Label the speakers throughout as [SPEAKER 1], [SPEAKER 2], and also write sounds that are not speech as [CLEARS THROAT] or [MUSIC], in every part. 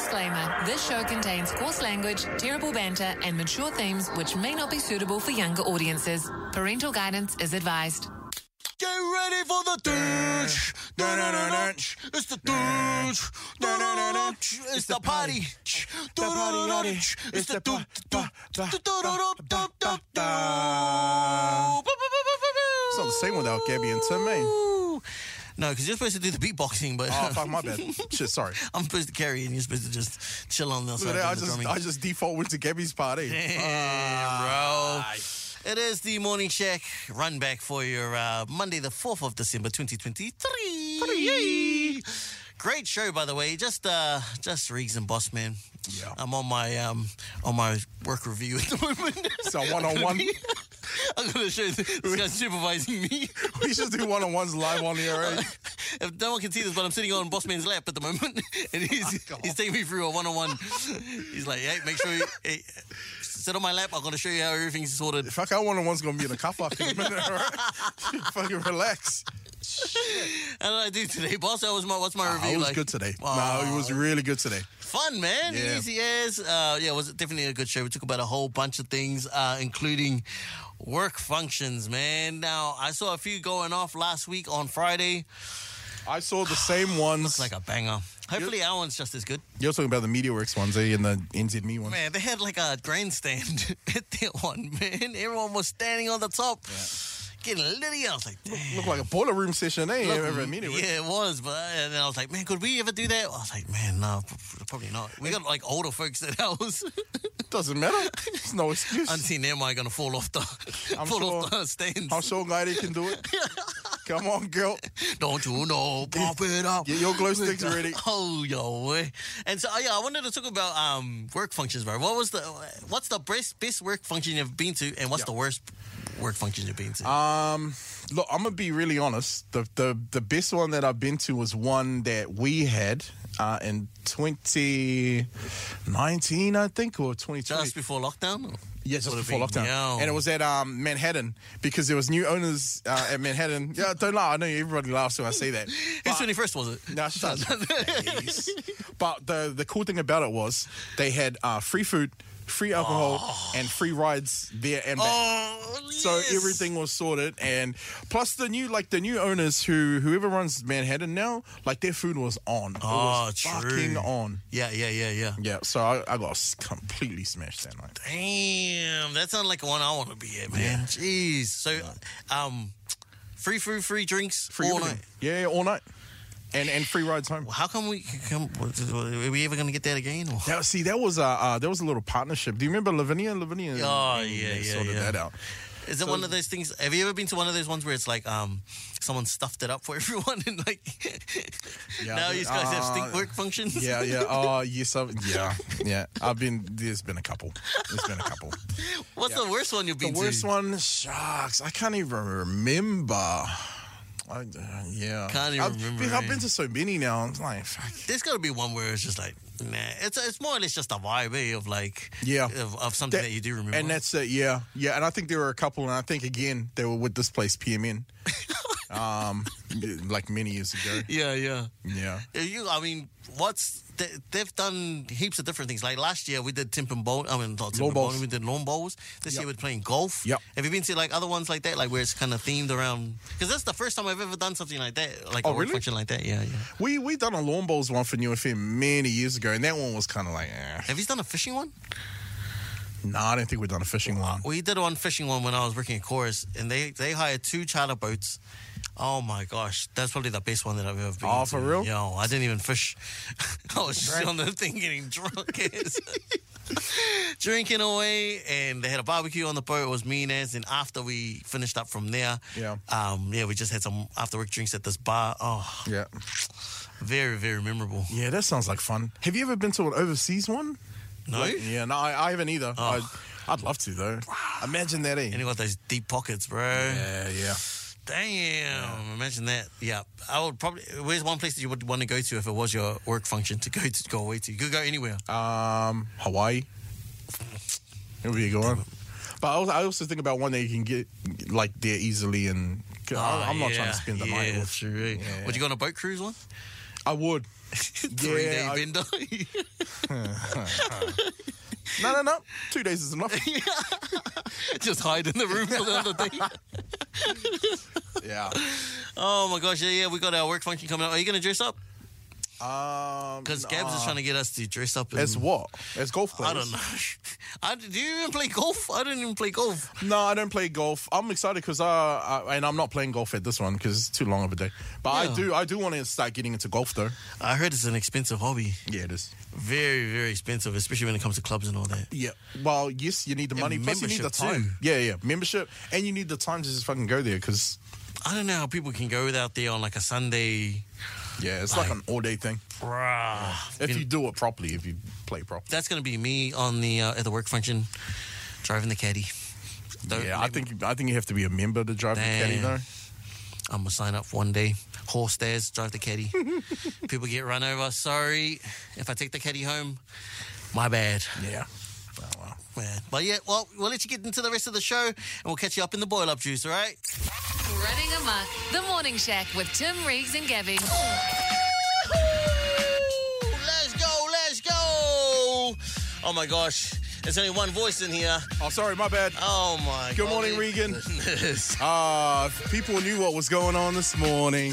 [SPEAKER 1] Disclaimer This show contains coarse language, terrible banter, and mature themes which may not be suitable for younger audiences. Parental guidance is advised.
[SPEAKER 2] Get ready for the douche. Da-da-da-dunch. It's the douche. Da-da-da-dunch. It's the party. Da-da-da-dunch. It's the doo- doo- doo- doo- doo- doo- doo- doo- doo- doo.
[SPEAKER 3] It's not the same without Gabby and Tim, eh?
[SPEAKER 2] Ooh. No, because you're supposed to do the beatboxing, but
[SPEAKER 3] Oh, fuck, my bad. Shit, sorry.
[SPEAKER 2] [LAUGHS] I'm supposed to carry and you're supposed to just chill on the
[SPEAKER 3] Look
[SPEAKER 2] side.
[SPEAKER 3] at that, I
[SPEAKER 2] of the
[SPEAKER 3] just,
[SPEAKER 2] drumming.
[SPEAKER 3] I just default went to Gabby's party.
[SPEAKER 2] Damn, bro. It is the morning check run back for your uh, Monday, the 4th of December, 2023. Great show, by the way. Just uh, just Riggs and Boss Man.
[SPEAKER 3] Yeah.
[SPEAKER 2] I'm on my um, on my work review at the moment. [LAUGHS]
[SPEAKER 3] So one on one,
[SPEAKER 2] I'm gonna show this guy's supervising me.
[SPEAKER 3] we should do one on ones live on the air. eh?
[SPEAKER 2] if no one can see this, but I'm sitting on Boss Man's lap at the moment, [LAUGHS] and he's
[SPEAKER 3] Fuck off.
[SPEAKER 2] he's taking me through a one-on-one. he's like, "Hey, make sure you hey, sit on my lap. I'm gonna show you how everything's sorted."
[SPEAKER 3] Fuck, our one on one's gonna be in a car park in a minute, alright? Fucking relax.
[SPEAKER 2] How did I do today, boss? That was my what's my
[SPEAKER 3] Nah,
[SPEAKER 2] review?
[SPEAKER 3] it was
[SPEAKER 2] like?
[SPEAKER 3] good today.
[SPEAKER 2] Wow.
[SPEAKER 3] No, it was really good today.
[SPEAKER 2] Fun, man.
[SPEAKER 3] Yeah.
[SPEAKER 2] Easy as. Uh, yeah, it was definitely a good show. We talked about a whole bunch of things, uh, including work functions, man. Now I saw a few going off last week on Friday.
[SPEAKER 3] I saw the same ones.
[SPEAKER 2] Like a banger. Hopefully our one's just as good.
[SPEAKER 3] You're talking about the MediaWorks ones, eh? And the NZME ones.
[SPEAKER 2] Man, they had like a grandstand [LAUGHS] at that one, man. Everyone was standing on the top. Getting litty. I was like, damn.
[SPEAKER 3] Looked like a boiler room session, eh?
[SPEAKER 2] Look,
[SPEAKER 3] Over at MediaWorks.
[SPEAKER 2] Yeah, it was, but and then I was like, man, could we ever do that? I was like, man, no, p- p- probably not. We got like older folks [LAUGHS] at ours.
[SPEAKER 3] Doesn't matter. There's no excuse.
[SPEAKER 2] Unseen them are gonna fall off the
[SPEAKER 3] [LAUGHS] I'm
[SPEAKER 2] fall
[SPEAKER 3] sure-
[SPEAKER 2] off the stands.
[SPEAKER 3] I'm so glad he can do it. Come on, girl.
[SPEAKER 2] [LAUGHS] Don't you
[SPEAKER 3] [LAUGHS]
[SPEAKER 2] know? Pop it up.
[SPEAKER 3] Get your
[SPEAKER 2] [LAUGHS]
[SPEAKER 3] glow sticks ready.
[SPEAKER 2] Oh yo, way. And so oh, yeah, I wanted to talk about um work functions, bro. What was the what's the best best work function you've been to, and what's
[SPEAKER 3] Yeah.
[SPEAKER 2] the worst work function you've been to?
[SPEAKER 3] Um, look, I'm gonna be really honest. The the the best one that I've been to was one that we had uh, in 2019, I think, or 2020.
[SPEAKER 2] just before lockdown.
[SPEAKER 3] yeah, just
[SPEAKER 2] Would've
[SPEAKER 3] before
[SPEAKER 2] been,
[SPEAKER 3] lockdown,
[SPEAKER 2] yo.
[SPEAKER 3] and it was at um, Manhattan because there was new owners uh,
[SPEAKER 2] [LAUGHS]
[SPEAKER 3] at Manhattan. Yeah, don't laugh. I know everybody laughs when I say that.
[SPEAKER 2] Whose
[SPEAKER 3] But-
[SPEAKER 2] twenty first was it?
[SPEAKER 3] Nah, shut up. [LAUGHS] Jeez. But the the cool thing about it was they had uh, free food, free alcohol, and free rides there and back.
[SPEAKER 2] Oh,
[SPEAKER 3] So
[SPEAKER 2] yes.
[SPEAKER 3] everything was sorted, and plus the new like the new owners who whoever runs Manhattan now, like their food was on. It
[SPEAKER 2] Oh,
[SPEAKER 3] was
[SPEAKER 2] true.
[SPEAKER 3] fucking on.
[SPEAKER 2] Yeah, yeah, yeah, yeah.
[SPEAKER 3] Yeah, so I, I got s- completely smashed that night.
[SPEAKER 2] Damn, that sounds like one I want to be at, man. Jeez. So, um, free food, free drinks,
[SPEAKER 3] Free
[SPEAKER 2] all
[SPEAKER 3] everything.
[SPEAKER 2] night.
[SPEAKER 3] Yeah, all night, and and free rides home.
[SPEAKER 2] How come we? Come, are we ever gonna get that again? Or? [LAUGHS]
[SPEAKER 3] That, see, that was a uh, that was a little partnership. Do you remember Lavinia? Lavinia.
[SPEAKER 2] Oh, yeah,
[SPEAKER 3] they
[SPEAKER 2] yeah,
[SPEAKER 3] sorted
[SPEAKER 2] yeah.
[SPEAKER 3] that out.
[SPEAKER 2] Is it one of those things? Have you ever been to one of those ones where it's like um someone stuffed it up for [LAUGHS] everyone and like
[SPEAKER 3] Yeah,
[SPEAKER 2] now
[SPEAKER 3] but-
[SPEAKER 2] you guys have stink
[SPEAKER 3] uh,
[SPEAKER 2] work functions?
[SPEAKER 3] Yeah, yeah. Oh, yes. I've, yeah, yeah. I've been. There's been a couple. There's been a couple.
[SPEAKER 2] [LAUGHS] What's the worst one you've
[SPEAKER 3] The
[SPEAKER 2] been to?
[SPEAKER 3] worst one, sharks. I can't even remember. I, uh, yeah,
[SPEAKER 2] Can't even
[SPEAKER 3] I've,
[SPEAKER 2] remember,
[SPEAKER 3] Been, I've been
[SPEAKER 2] eh?
[SPEAKER 3] to so many now. It's like, fuck.
[SPEAKER 2] There's got to be one where it's just like nah. It's it's more or less just a vibe eh, of like
[SPEAKER 3] Yeah.
[SPEAKER 2] of, of something that, you do remember.
[SPEAKER 3] And that's it. Yeah, yeah. And I think there were a couple, and I think again they were with this place
[SPEAKER 2] [LAUGHS]
[SPEAKER 3] PMN, um, like many years ago.
[SPEAKER 2] yeah, yeah.
[SPEAKER 3] Yeah.
[SPEAKER 2] Yeah, You, I mean, what's they, they've done heaps of different things. Like last year, we did timp and bowl. I mean, not timp
[SPEAKER 3] Lawn
[SPEAKER 2] and bowl.
[SPEAKER 3] bowls.
[SPEAKER 2] We did lawn bowls. This
[SPEAKER 3] Yep.
[SPEAKER 2] year, we're playing golf.
[SPEAKER 3] Yep.
[SPEAKER 2] Have you been to like other ones like that, like where it's kind of themed around? Because that's the first time I've ever done something like that, like
[SPEAKER 3] Oh,
[SPEAKER 2] a work
[SPEAKER 3] really?
[SPEAKER 2] function like that. Yeah, yeah.
[SPEAKER 3] We we done a lawn bowls one for New FM many years ago, and that one was kind of like, eh.
[SPEAKER 2] Have you done a fishing one?
[SPEAKER 3] no, I don't think we've done a fishing one.
[SPEAKER 2] We did one fishing one when I was working at Chorus, and they they hired two charter boats. Oh my gosh, that's probably the best one that I've ever been.
[SPEAKER 3] Oh, for
[SPEAKER 2] to.
[SPEAKER 3] real?
[SPEAKER 2] Yo, I didn't even fish. [LAUGHS] I was just on the thing getting drunk, [LAUGHS] as- drinking away, and they had a barbecue on the boat. It was me and Az, and after we finished up from there,
[SPEAKER 3] Yeah.
[SPEAKER 2] um, yeah, we just had some after work drinks at this bar. Oh,
[SPEAKER 3] Yeah.
[SPEAKER 2] very very memorable.
[SPEAKER 3] Yeah, that sounds like fun. Have you ever been to an overseas one?
[SPEAKER 2] No,
[SPEAKER 3] Like, yeah, no, I, I haven't either.
[SPEAKER 2] Oh.
[SPEAKER 3] I, I'd love to though. Imagine that, eh?
[SPEAKER 2] and you got those deep pockets, bro.
[SPEAKER 3] Yeah, yeah.
[SPEAKER 2] Damn! Imagine that. Yeah, I would probably. Where's one place that you would want to go to if it was your work function to go to go away to? You could go anywhere.
[SPEAKER 3] Um, Hawaii. It would be a good one. But I also, I also think about one that you can get like there easily, and
[SPEAKER 2] Oh,
[SPEAKER 3] I, I'm not trying to spend the
[SPEAKER 2] yeah,
[SPEAKER 3] night.
[SPEAKER 2] Yeah,
[SPEAKER 3] With,
[SPEAKER 2] true. eh?
[SPEAKER 3] Yeah.
[SPEAKER 2] Would you go on a boat cruise one?
[SPEAKER 3] I would.
[SPEAKER 2] [LAUGHS] Three day
[SPEAKER 3] I-
[SPEAKER 2] bender.
[SPEAKER 3] No, no, no. Two days
[SPEAKER 2] [LAUGHS]
[SPEAKER 3] is enough.
[SPEAKER 2] [LAUGHS] Just hide in the room for another day.
[SPEAKER 3] yeah.
[SPEAKER 2] [LAUGHS] Oh my gosh, yeah, yeah. We got our work function coming up. Are you going to dress up?
[SPEAKER 3] Um,
[SPEAKER 2] Because Gabs is trying to get us to dress up. And,
[SPEAKER 3] As what? As golf players?
[SPEAKER 2] I don't know. [LAUGHS] I, do you even play golf? I don't even play golf.
[SPEAKER 3] No, I don't play golf. I'm excited because uh, I, and I'm not playing golf at this one because it's too long of a day. But
[SPEAKER 2] Yeah.
[SPEAKER 3] I do, I do want to start getting into golf though.
[SPEAKER 2] I heard it's an expensive hobby.
[SPEAKER 3] Yeah, it is.
[SPEAKER 2] Very, very expensive, especially when it comes to clubs and all that.
[SPEAKER 3] Yeah. Well, yes, you need the money, plus you need the
[SPEAKER 2] membership,
[SPEAKER 3] time.
[SPEAKER 2] too.
[SPEAKER 3] Yeah, yeah, membership, and you need the time to just fucking go there because
[SPEAKER 2] I don't know how people can go out there on like a Sunday.
[SPEAKER 3] yeah, it's like, an all day thing
[SPEAKER 2] Bruh.
[SPEAKER 3] if
[SPEAKER 2] You-
[SPEAKER 3] you do it properly, if you play properly.
[SPEAKER 2] that's going to be me on the uh, at the work function, driving the caddy. Don't
[SPEAKER 3] yeah, I
[SPEAKER 2] let me-
[SPEAKER 3] think I think you have to be a member to drive the caddy
[SPEAKER 2] Damn.
[SPEAKER 3] though.
[SPEAKER 2] I'm gonna sign up for one day. Horse stairs, drive the [LAUGHS] caddy. People get run over. Sorry if I take the caddy home. My bad.
[SPEAKER 3] Yeah. Oh, well.
[SPEAKER 2] Man. But yeah, well, we'll let you get into the rest of the show and we'll catch you up in the boil up juice, all right?
[SPEAKER 1] Running amok, the morning shack with Tim Reeves and Gabby.
[SPEAKER 2] Woo! Let's go, let's go. Oh my gosh, there's only one voice in here.
[SPEAKER 3] oh, sorry, my bad.
[SPEAKER 2] Oh my
[SPEAKER 3] Good morning,
[SPEAKER 2] golly
[SPEAKER 3] Regan.
[SPEAKER 2] goodness. [LAUGHS]
[SPEAKER 3] Ah, if people knew what was going on this morning.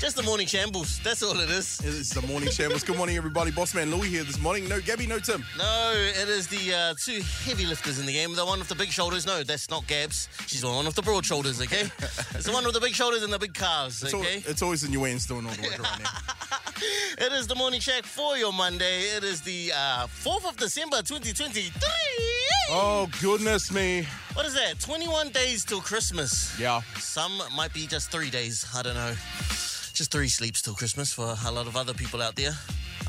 [SPEAKER 2] Just the morning shambles, that's all it is.
[SPEAKER 3] It's the morning shambles. Good morning, everybody. Bossman Louie here this morning. No Gabby, no Tim.
[SPEAKER 2] No, it is the uh, two heavy lifters in the game. The one with the big shoulders. No, that's not Gabs. She's the one with the broad shoulders, okay?
[SPEAKER 3] [LAUGHS]
[SPEAKER 2] it's the one with the big shoulders and the big calves,
[SPEAKER 3] It's, al-
[SPEAKER 2] okay?
[SPEAKER 3] it's always in your hands doing all the work
[SPEAKER 2] [LAUGHS]
[SPEAKER 3] around here.
[SPEAKER 2] It is the morning check for your Monday. It is the uh, 4th of December, 2023.
[SPEAKER 3] Oh, goodness me.
[SPEAKER 2] What is that? 21 days till Christmas.
[SPEAKER 3] Yeah.
[SPEAKER 2] Some might be just three days. I don't know. Just three sleeps till Christmas for a lot of other people out there.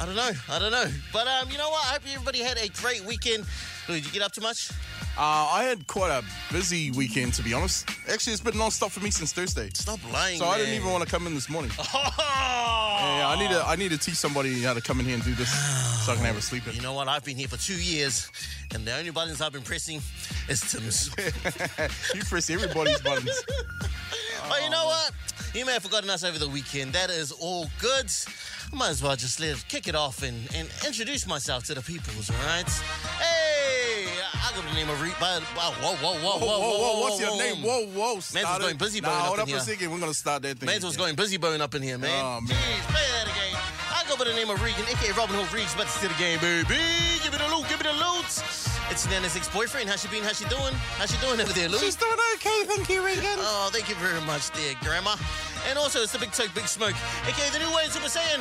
[SPEAKER 2] I don't know. I don't know. But um, you know what? I hope everybody had a great weekend. Louis, Did you get up too much?
[SPEAKER 3] Uh, I had quite a busy weekend, to be honest. Actually, it's been non-stop for me since Thursday.
[SPEAKER 2] Stop lying.
[SPEAKER 3] So I didn't
[SPEAKER 2] man. [LAUGHS]
[SPEAKER 3] even want to come in this morning.
[SPEAKER 2] Oh!
[SPEAKER 3] Yeah, I need [LAUGHS] to I need to teach somebody how to come in here and do this so I can have a sleep in.
[SPEAKER 2] You know what? I've been here for two years, and the only buttons I've been pressing is Tim's.
[SPEAKER 3] You
[SPEAKER 2] [LAUGHS]
[SPEAKER 3] press everybody's buttons.
[SPEAKER 2] But Oh, you know what? You may have forgotten us over the weekend. That is all good. I might as well just let kick it off and, and introduce myself to the peoples, all right? Hey! I got the name of Reed. Whoa, whoa, whoa, whoa,
[SPEAKER 3] Whoa, whoa, whoa, whoa, what's your
[SPEAKER 2] whoa.
[SPEAKER 3] name? Whoa, whoa, start
[SPEAKER 2] Mansell's
[SPEAKER 3] it.
[SPEAKER 2] going busy
[SPEAKER 3] Nah,
[SPEAKER 2] bone up
[SPEAKER 3] hold
[SPEAKER 2] in
[SPEAKER 3] up a
[SPEAKER 2] here.
[SPEAKER 3] second. We're gonna start that thing.
[SPEAKER 2] Man's was
[SPEAKER 3] again.
[SPEAKER 2] going busy bone up in here, man.
[SPEAKER 3] Oh, man.
[SPEAKER 2] Jeez, play that again. I go by the name of Regan, aka Robin Hood Reeves, but to the game, baby. Give me the loot, give me the loot. It's Nana's ex-boyfriend. How she been? How she doing? How she doing over there, Lou?
[SPEAKER 3] She's doing okay, thank you, Regan.
[SPEAKER 2] Oh, thank you very much, dear Grandma. And also, it's the Big Toke, Big Smoke, aka the new way of Super Saiyan,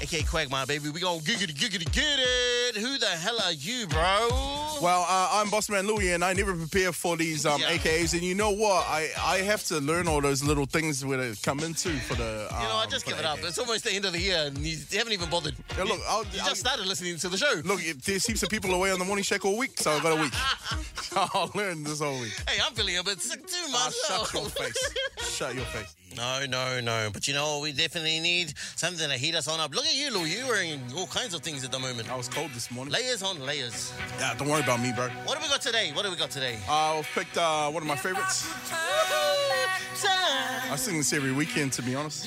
[SPEAKER 2] aka Quagmire, baby. We gonna giggity, giggity, get it. Who the hell are you, bro?
[SPEAKER 3] Well, uh, I'm Bossman Louie, and I never prepare for these um,
[SPEAKER 2] Yeah.
[SPEAKER 3] AKAs. And you know what? I, I have to learn all those little things when it come into for the. Um,
[SPEAKER 2] You know, I just
[SPEAKER 3] for
[SPEAKER 2] give
[SPEAKER 3] the
[SPEAKER 2] it up.
[SPEAKER 3] AKAs.
[SPEAKER 2] It's almost the end of the year, and you haven't even bothered.
[SPEAKER 3] Yeah, look, I'll-
[SPEAKER 2] you
[SPEAKER 3] I'll-
[SPEAKER 2] just started listening to the show.
[SPEAKER 3] Look, it- there's heaps of people away on the morning shack all week, so I've got a
[SPEAKER 2] [LAUGHS]
[SPEAKER 3] week. [LAUGHS] I'll learn this whole week.
[SPEAKER 2] Hey, I'm feeling a bit sick too
[SPEAKER 3] Ah,
[SPEAKER 2] myself.
[SPEAKER 3] shut your face. Shut your face.
[SPEAKER 2] No, no, no. But you know what? We definitely need something to heat us on up. Look at you, Lou. You're wearing all kinds of things at the moment.
[SPEAKER 3] I was cold this morning.
[SPEAKER 2] Layers on layers.
[SPEAKER 3] Nah, don't worry about me, bro.
[SPEAKER 2] What have we got today? What have we got today?
[SPEAKER 3] I picked uh, one of my favorites. I sing this every weekend, to be honest.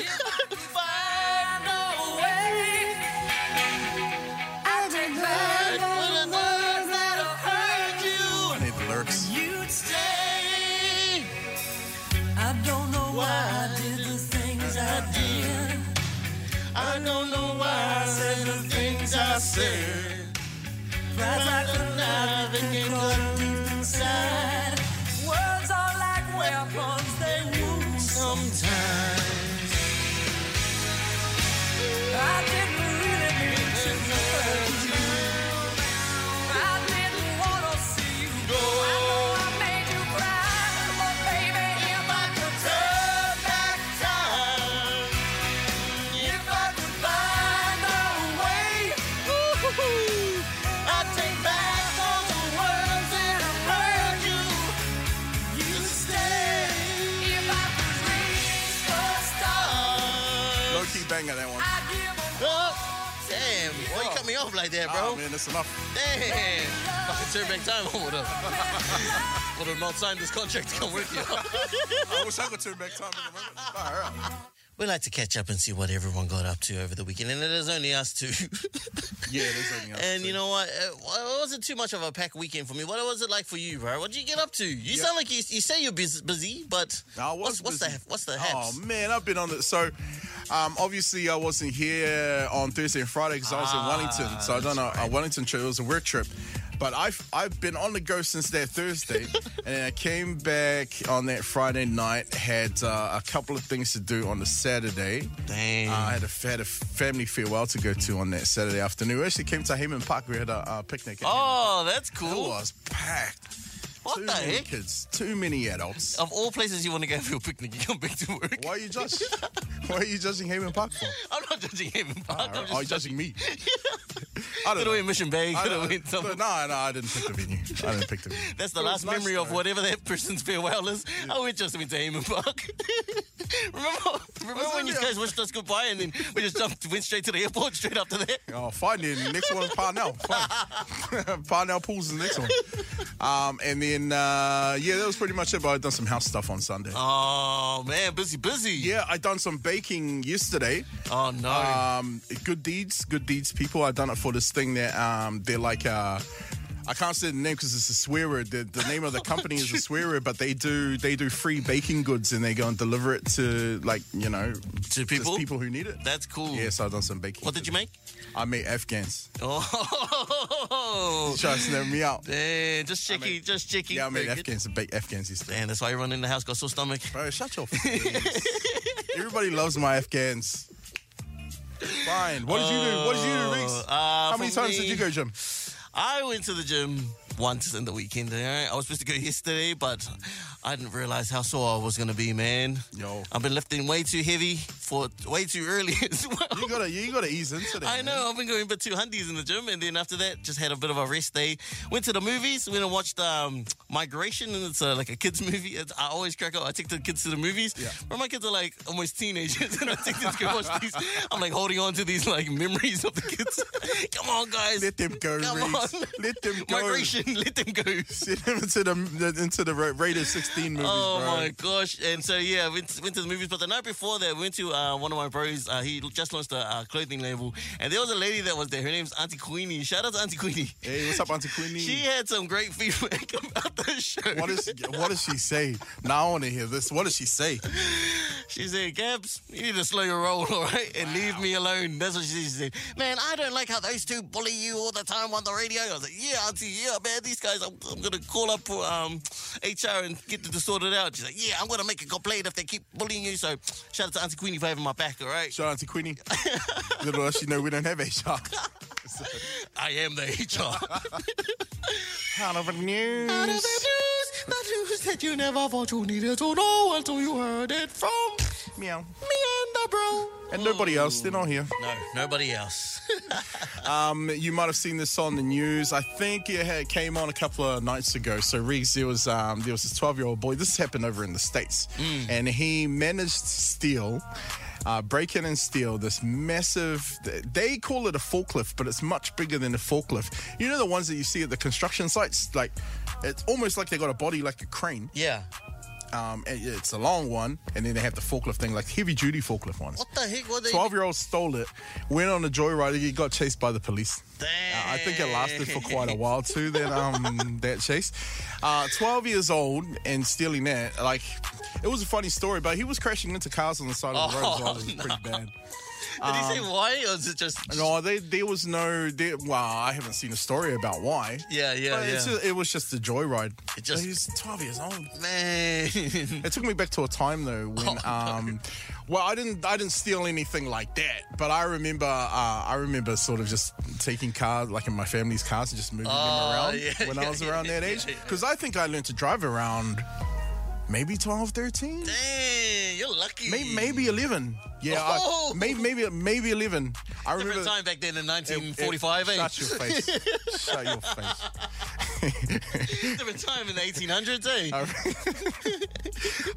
[SPEAKER 3] I need the lyrics.
[SPEAKER 4] I don't know why I did the things I did.
[SPEAKER 2] I don't know why I said the things I said.
[SPEAKER 4] Cries I could not
[SPEAKER 2] Nothing
[SPEAKER 4] control deep inside. Words are like weapons, they wound.
[SPEAKER 2] sometimes.
[SPEAKER 4] I didn't really mean to hurt you. I didn't wanna see you go. I know I made you cry, but baby, if I could turn back time, if I could find a way,
[SPEAKER 2] I take back all the words that I heard you. You stay.
[SPEAKER 4] if I could reach the stars,
[SPEAKER 3] Low key banger, that one.
[SPEAKER 4] I'd give a
[SPEAKER 2] Oh, damn. Why you cut me off like that, bro?
[SPEAKER 3] Oh, man, that's enough.
[SPEAKER 2] Damn. Fucking turn back time. I would [LAUGHS] have, would have not signed this contract to come with you.
[SPEAKER 3] I wish I could turn back time in a moment. All right.
[SPEAKER 2] [LAUGHS] we like to catch up and see what everyone got up to over the weekend. And it is only us two.
[SPEAKER 3] Yeah, there's nothing else
[SPEAKER 2] [LAUGHS] and
[SPEAKER 3] to-
[SPEAKER 2] you know what? It wa- it wasn't too much of a packed weekend for me. What was it like for you, bro? What did you get up to? You sound like you, you say you're busy, busy but
[SPEAKER 3] I
[SPEAKER 2] what's,
[SPEAKER 3] was
[SPEAKER 2] what's
[SPEAKER 3] busy.
[SPEAKER 2] the what's the
[SPEAKER 3] Oh
[SPEAKER 2] haps?
[SPEAKER 3] man, I've been on the so. Um, obviously, I wasn't here on Thursday and Friday because I was
[SPEAKER 2] Ah,
[SPEAKER 3] in Wellington, so I don't know. A Wellington trip it was a work trip, but I've I've been on the go since that
[SPEAKER 2] [LAUGHS]
[SPEAKER 3] Thursday, and then I came back on that Friday night. Had uh, a couple of things to do on the Saturday.
[SPEAKER 2] Damn.
[SPEAKER 3] Uh, I had a, had a family farewell to go to on that Saturday afternoon. We actually came to Heyman Park. We had a, uh picnic. At
[SPEAKER 2] oh, that's
[SPEAKER 3] Heyman.
[SPEAKER 2] cool.
[SPEAKER 3] it was packed.
[SPEAKER 2] What
[SPEAKER 3] Too
[SPEAKER 2] the
[SPEAKER 3] many
[SPEAKER 2] heck? Oh.
[SPEAKER 3] Kids, too many adults.
[SPEAKER 2] Of all places you want to go for your picnic, you come back to work.
[SPEAKER 3] Why are
[SPEAKER 2] [LAUGHS]
[SPEAKER 3] you judging? [LAUGHS] Why are you judging Heyman Park for?
[SPEAKER 2] I'm not judging him. Mark. I'm
[SPEAKER 3] Are you
[SPEAKER 2] just
[SPEAKER 3] Oh, judging
[SPEAKER 2] [LAUGHS]
[SPEAKER 3] me?
[SPEAKER 2] could
[SPEAKER 3] I don't
[SPEAKER 2] have
[SPEAKER 3] know.
[SPEAKER 2] went Mission Bay.
[SPEAKER 3] I
[SPEAKER 2] Could have
[SPEAKER 3] don't-
[SPEAKER 2] went
[SPEAKER 3] no,
[SPEAKER 2] something.
[SPEAKER 3] no, I didn't pick the venue. I didn't pick the venue.
[SPEAKER 2] [LAUGHS] That's the
[SPEAKER 3] It
[SPEAKER 2] last
[SPEAKER 3] was nice,
[SPEAKER 2] memory of
[SPEAKER 3] though.
[SPEAKER 2] whatever that person's farewell is. I went just went to Heyman Park. [LAUGHS] remember remember when you
[SPEAKER 3] it?
[SPEAKER 2] guys wished us goodbye and then we just jumped, went straight to the airport straight after that?
[SPEAKER 3] Oh, fine then. Next one is Parnell. Fine. [LAUGHS] Parnell Pools is the next one. Um, and then, uh, yeah, that was pretty much it, but I've done some house stuff on Sunday.
[SPEAKER 2] Oh, man, busy, busy.
[SPEAKER 3] Yeah, I done some baking yesterday.
[SPEAKER 2] Oh, no.
[SPEAKER 3] Um, good deeds, good deeds. People, I done it for this thing that um, they're like. Uh, I can't say the name because it's a swear word. The, the name of the
[SPEAKER 2] [LAUGHS]
[SPEAKER 3] company is a swear word, but they do they do free baking goods and they go and deliver it to like you know
[SPEAKER 2] To
[SPEAKER 3] just
[SPEAKER 2] people?
[SPEAKER 3] people who need it.
[SPEAKER 2] That's cool.
[SPEAKER 3] Yes, I've done some baking.
[SPEAKER 2] What did you make?
[SPEAKER 3] I made Afghans.
[SPEAKER 2] Oh, [LAUGHS]
[SPEAKER 3] Try to snare me out.
[SPEAKER 2] man, just checking, just checking.
[SPEAKER 3] Yeah, I made
[SPEAKER 2] Very good.
[SPEAKER 3] Afghans and baked Afghans yesterday.
[SPEAKER 2] Damn, that's why everyone in the house got sore stomach.
[SPEAKER 3] Bro, shut
[SPEAKER 2] [LAUGHS]
[SPEAKER 3] your face. Everybody loves my Afghans. Fine. What did you do? What did you do, Reeks?
[SPEAKER 2] Oh, uh,
[SPEAKER 3] How many
[SPEAKER 2] for
[SPEAKER 3] times
[SPEAKER 2] me-
[SPEAKER 3] did you go, Jim?
[SPEAKER 2] I went to the gym once in the weekend. all right? I was supposed to go yesterday, but I didn't realize how sore I was going to be, man.
[SPEAKER 3] Yo.
[SPEAKER 2] I've been lifting way too heavy for way too early [LAUGHS] as well.
[SPEAKER 3] You gotta, you gotta ease into that.
[SPEAKER 2] I
[SPEAKER 3] man.
[SPEAKER 2] know, I've been going a bit too hundies in the gym, and then after that, just had a bit of a rest day. Went to the movies, went and watched um, Migration, and it's uh, like a kids' movie. It's, I always crack up. I take the kids to the movies,
[SPEAKER 3] Yeah.
[SPEAKER 2] but my kids are like almost teenagers, [LAUGHS] and I take them to go watch these. I'm like holding on to these like memories of the kids. [LAUGHS] Come on, guys.
[SPEAKER 3] Let them go,
[SPEAKER 2] Come
[SPEAKER 3] Reeves.
[SPEAKER 2] on.
[SPEAKER 3] Let them go.
[SPEAKER 2] Migration, let them go.
[SPEAKER 3] Send them into the, the into the Ra- rated 16 movies,
[SPEAKER 2] Oh
[SPEAKER 3] bro.
[SPEAKER 2] my gosh! And so yeah, went to, went to the movies. But the night before that, went to uh, one of my bros. Uh, he just launched a uh, clothing label, and there was a lady that was there. Her name's Auntie Queenie. Shout out to Auntie Queenie.
[SPEAKER 3] Hey, what's up, Auntie Queenie?
[SPEAKER 2] She had some great feedback [LAUGHS] about the show.
[SPEAKER 3] what is what does she say? Now I want to hear this. What does she say?
[SPEAKER 2] [LAUGHS] She said, Gabs, you need to slow your roll, [LAUGHS] all right? And leave me alone. That's what she said. She said, Man, I don't like how those two bully you all the time on the radio. I was like, Yeah, Auntie, yeah, man, these guys, I'm, I'm going to call up um, HR and get this sorted out. She's like, Yeah, I'm going to make a complaint if they keep bullying you. So shout out to Auntie Queenie for having my back, all [LAUGHS] right?
[SPEAKER 3] Shout out to Queenie. Little does she know we don't have HR.
[SPEAKER 2] I am the HR.
[SPEAKER 3] Out of the news.
[SPEAKER 2] [LAUGHS] Out of the news, the news that you never thought you needed to know until you heard it from
[SPEAKER 3] Meow.
[SPEAKER 2] me and the bro.
[SPEAKER 3] And nobody else. They're not here.
[SPEAKER 2] No, nobody else.
[SPEAKER 3] Um, you might have seen this on the news. I think it had, came on a couple of nights ago. So Reese, there was um, there was this twelve year old boy. This happened over in the states, and he managed to steal. Uh, break in and steal this massive. They call it a forklift, but it's much bigger than a forklift. You know the ones that you see at the construction sites, like it's almost like they got a body like a crane.
[SPEAKER 2] yeah.
[SPEAKER 3] Um, and it's a long one, and then they have the forklift thing, like heavy duty forklift ones.
[SPEAKER 2] What the heck? What they
[SPEAKER 3] 12 year old stole it, went on a joyride, he got chased by the police. Uh, I think it lasted for
[SPEAKER 2] [LAUGHS]
[SPEAKER 3] quite a while too, that, um, that chase. Uh, 12 years old and stealing that, like, it was a funny story, but he was crashing into cars on the side of the road, so it was
[SPEAKER 2] Oh,
[SPEAKER 3] pretty bad.
[SPEAKER 2] Did he
[SPEAKER 3] um,
[SPEAKER 2] say why, or is it just?
[SPEAKER 3] No, they, there was no, there, well, I haven't seen a story about why.
[SPEAKER 2] Yeah, yeah,
[SPEAKER 3] But it's
[SPEAKER 2] yeah.
[SPEAKER 3] ju- it was just a joyride.
[SPEAKER 2] It just-
[SPEAKER 3] he was 12 years old.
[SPEAKER 2] Man, [LAUGHS]
[SPEAKER 3] It took me back to a time though when,
[SPEAKER 2] Oh, no.
[SPEAKER 3] um, well, I didn't, I didn't steal anything like that, but I remember, uh, I remember sort of just taking cars, like in my family's cars, and just moving
[SPEAKER 2] Oh,
[SPEAKER 3] them around
[SPEAKER 2] yeah,
[SPEAKER 3] when
[SPEAKER 2] yeah,
[SPEAKER 3] I was
[SPEAKER 2] yeah,
[SPEAKER 3] around that
[SPEAKER 2] yeah,
[SPEAKER 3] age.
[SPEAKER 2] yeah.
[SPEAKER 3] Because I think I learned to drive around maybe 12, 13,
[SPEAKER 2] man, you're lucky.
[SPEAKER 3] maybe, maybe 11. Yeah,
[SPEAKER 2] Oh.
[SPEAKER 3] I, maybe, maybe, maybe 11. I
[SPEAKER 2] different
[SPEAKER 3] remember.
[SPEAKER 2] time back then in
[SPEAKER 3] it- it-
[SPEAKER 2] 1945. eh?
[SPEAKER 3] Shut your face. Shut your face.
[SPEAKER 2] [LAUGHS] different time in the 1800s. Eh?
[SPEAKER 3] Uh,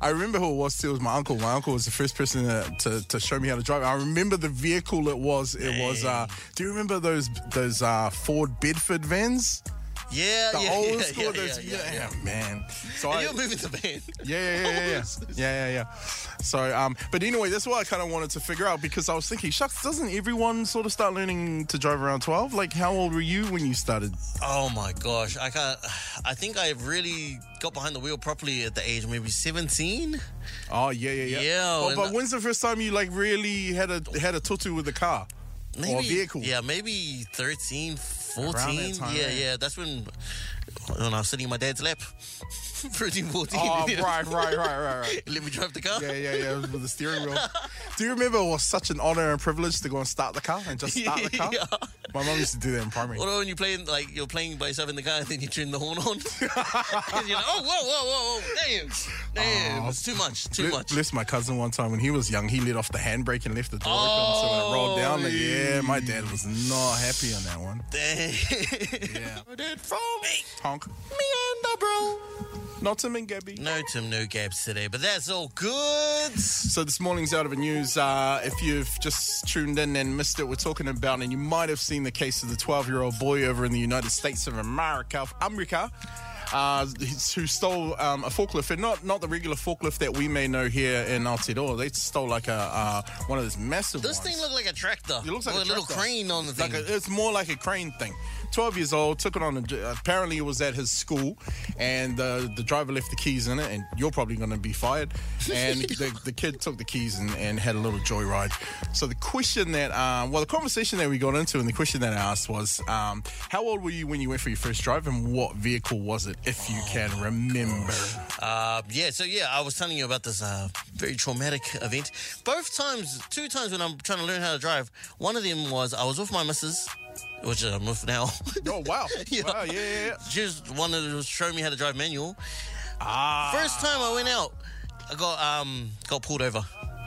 [SPEAKER 3] I remember who it was too. It was my uncle. My uncle was the first person to, to, to show me how to drive. I remember the vehicle it was. It was. Uh, do you remember those those uh, Ford Bedford vans?
[SPEAKER 2] Yeah,
[SPEAKER 3] The
[SPEAKER 2] yeah,
[SPEAKER 3] old
[SPEAKER 2] yeah,
[SPEAKER 3] school.
[SPEAKER 2] yeah,
[SPEAKER 3] those- oh,
[SPEAKER 2] yeah, yeah,
[SPEAKER 3] man. So
[SPEAKER 2] And
[SPEAKER 3] I,
[SPEAKER 2] you're moving the band.
[SPEAKER 3] Yeah,
[SPEAKER 2] [LAUGHS]
[SPEAKER 3] yeah, yeah, yeah, yeah, yeah, yeah. So, um, but anyway, that's what I kind of wanted to figure out because I was thinking, shucks, doesn't everyone sort of start learning to drive around twelve? Like, how old were you when you started?
[SPEAKER 2] Oh my gosh, I can't. I think I really got behind the wheel properly at the age of maybe 17.
[SPEAKER 3] Oh, yeah, yeah, yeah.
[SPEAKER 2] Yeah,
[SPEAKER 3] Oh,
[SPEAKER 2] and
[SPEAKER 3] but
[SPEAKER 2] I-
[SPEAKER 3] when's the first time you like really had a had a tutu with
[SPEAKER 2] [LAUGHS]
[SPEAKER 3] a car
[SPEAKER 2] Maybe,
[SPEAKER 3] or a vehicle?
[SPEAKER 2] Yeah, maybe 13, 14.
[SPEAKER 3] Around that time,
[SPEAKER 2] yeah,
[SPEAKER 3] eh?
[SPEAKER 2] yeah, that's when when I was sitting in my dad's lap. [LAUGHS] 13, 14. [LAUGHS]
[SPEAKER 3] Oh, right, right, right, right, right.
[SPEAKER 2] Let me drive the car.
[SPEAKER 3] Yeah, yeah, yeah, with the steering wheel. Do you remember it was such an honor and privilege to go and start the car and just start the car?
[SPEAKER 2] Yeah.
[SPEAKER 3] My mum used to do that in primary.
[SPEAKER 2] What about when you playing like you're playing by yourself in the car and then you turn the horn
[SPEAKER 3] [LAUGHS]
[SPEAKER 2] on? [LAUGHS] 'Cause you're like, oh, whoa, whoa, whoa, whoa, damn, damn,
[SPEAKER 3] Oh.
[SPEAKER 2] it's too much, too
[SPEAKER 3] Bl-
[SPEAKER 2] much.
[SPEAKER 3] Bless my cousin one time when he was young, he let off the handbrake and left the door open, so it rolled down. Like, yeah, my dad was not happy on that one.
[SPEAKER 2] Damn.
[SPEAKER 3] Yeah,
[SPEAKER 2] Did from me.
[SPEAKER 3] honk. Meander, bro. Not to mean Gabby.
[SPEAKER 2] [LAUGHS] No Tim, no gaps today, but that's all good.
[SPEAKER 3] So this morning's out of the news. Uh, if you've just tuned in and missed it, we're talking about, and you might have seen the case of the 12-year-old boy over in the United States of America, America, uh, who stole um, a forklift, and not not the regular forklift that we may know here in Aotearoa. They stole like a uh, one of those massive.
[SPEAKER 2] This
[SPEAKER 3] ones.
[SPEAKER 2] thing looked like a tractor.
[SPEAKER 3] It looks like
[SPEAKER 2] With
[SPEAKER 3] a
[SPEAKER 2] a, little
[SPEAKER 3] tractor.
[SPEAKER 2] crane on the
[SPEAKER 3] Like
[SPEAKER 2] thing.
[SPEAKER 3] a, it's more like a crane thing. Twelve years old, took it on. A, apparently, it was at his school, and uh, the the driver left the keys in it. And you're probably going to be fired.
[SPEAKER 2] [LAUGHS]
[SPEAKER 3] And the, the kid took the keys and, and had a little joyride. So the question that, um, well, the conversation that we got into, and the question that I asked was, um, how old were you when you went for your first drive, and what vehicle was it, if you can remember?
[SPEAKER 2] Uh, yeah, so yeah, I was telling you about this uh, very traumatic event. Both times, two times when I'm trying to learn how to drive, one of them was I was with my missus, which I'm with now. [LAUGHS]
[SPEAKER 3] Oh wow!
[SPEAKER 2] Yeah.
[SPEAKER 3] Wow, yeah, yeah, yeah.
[SPEAKER 2] she just wanted to show me how to drive manual.
[SPEAKER 3] Ah.
[SPEAKER 2] First time I went out, I got um got pulled over.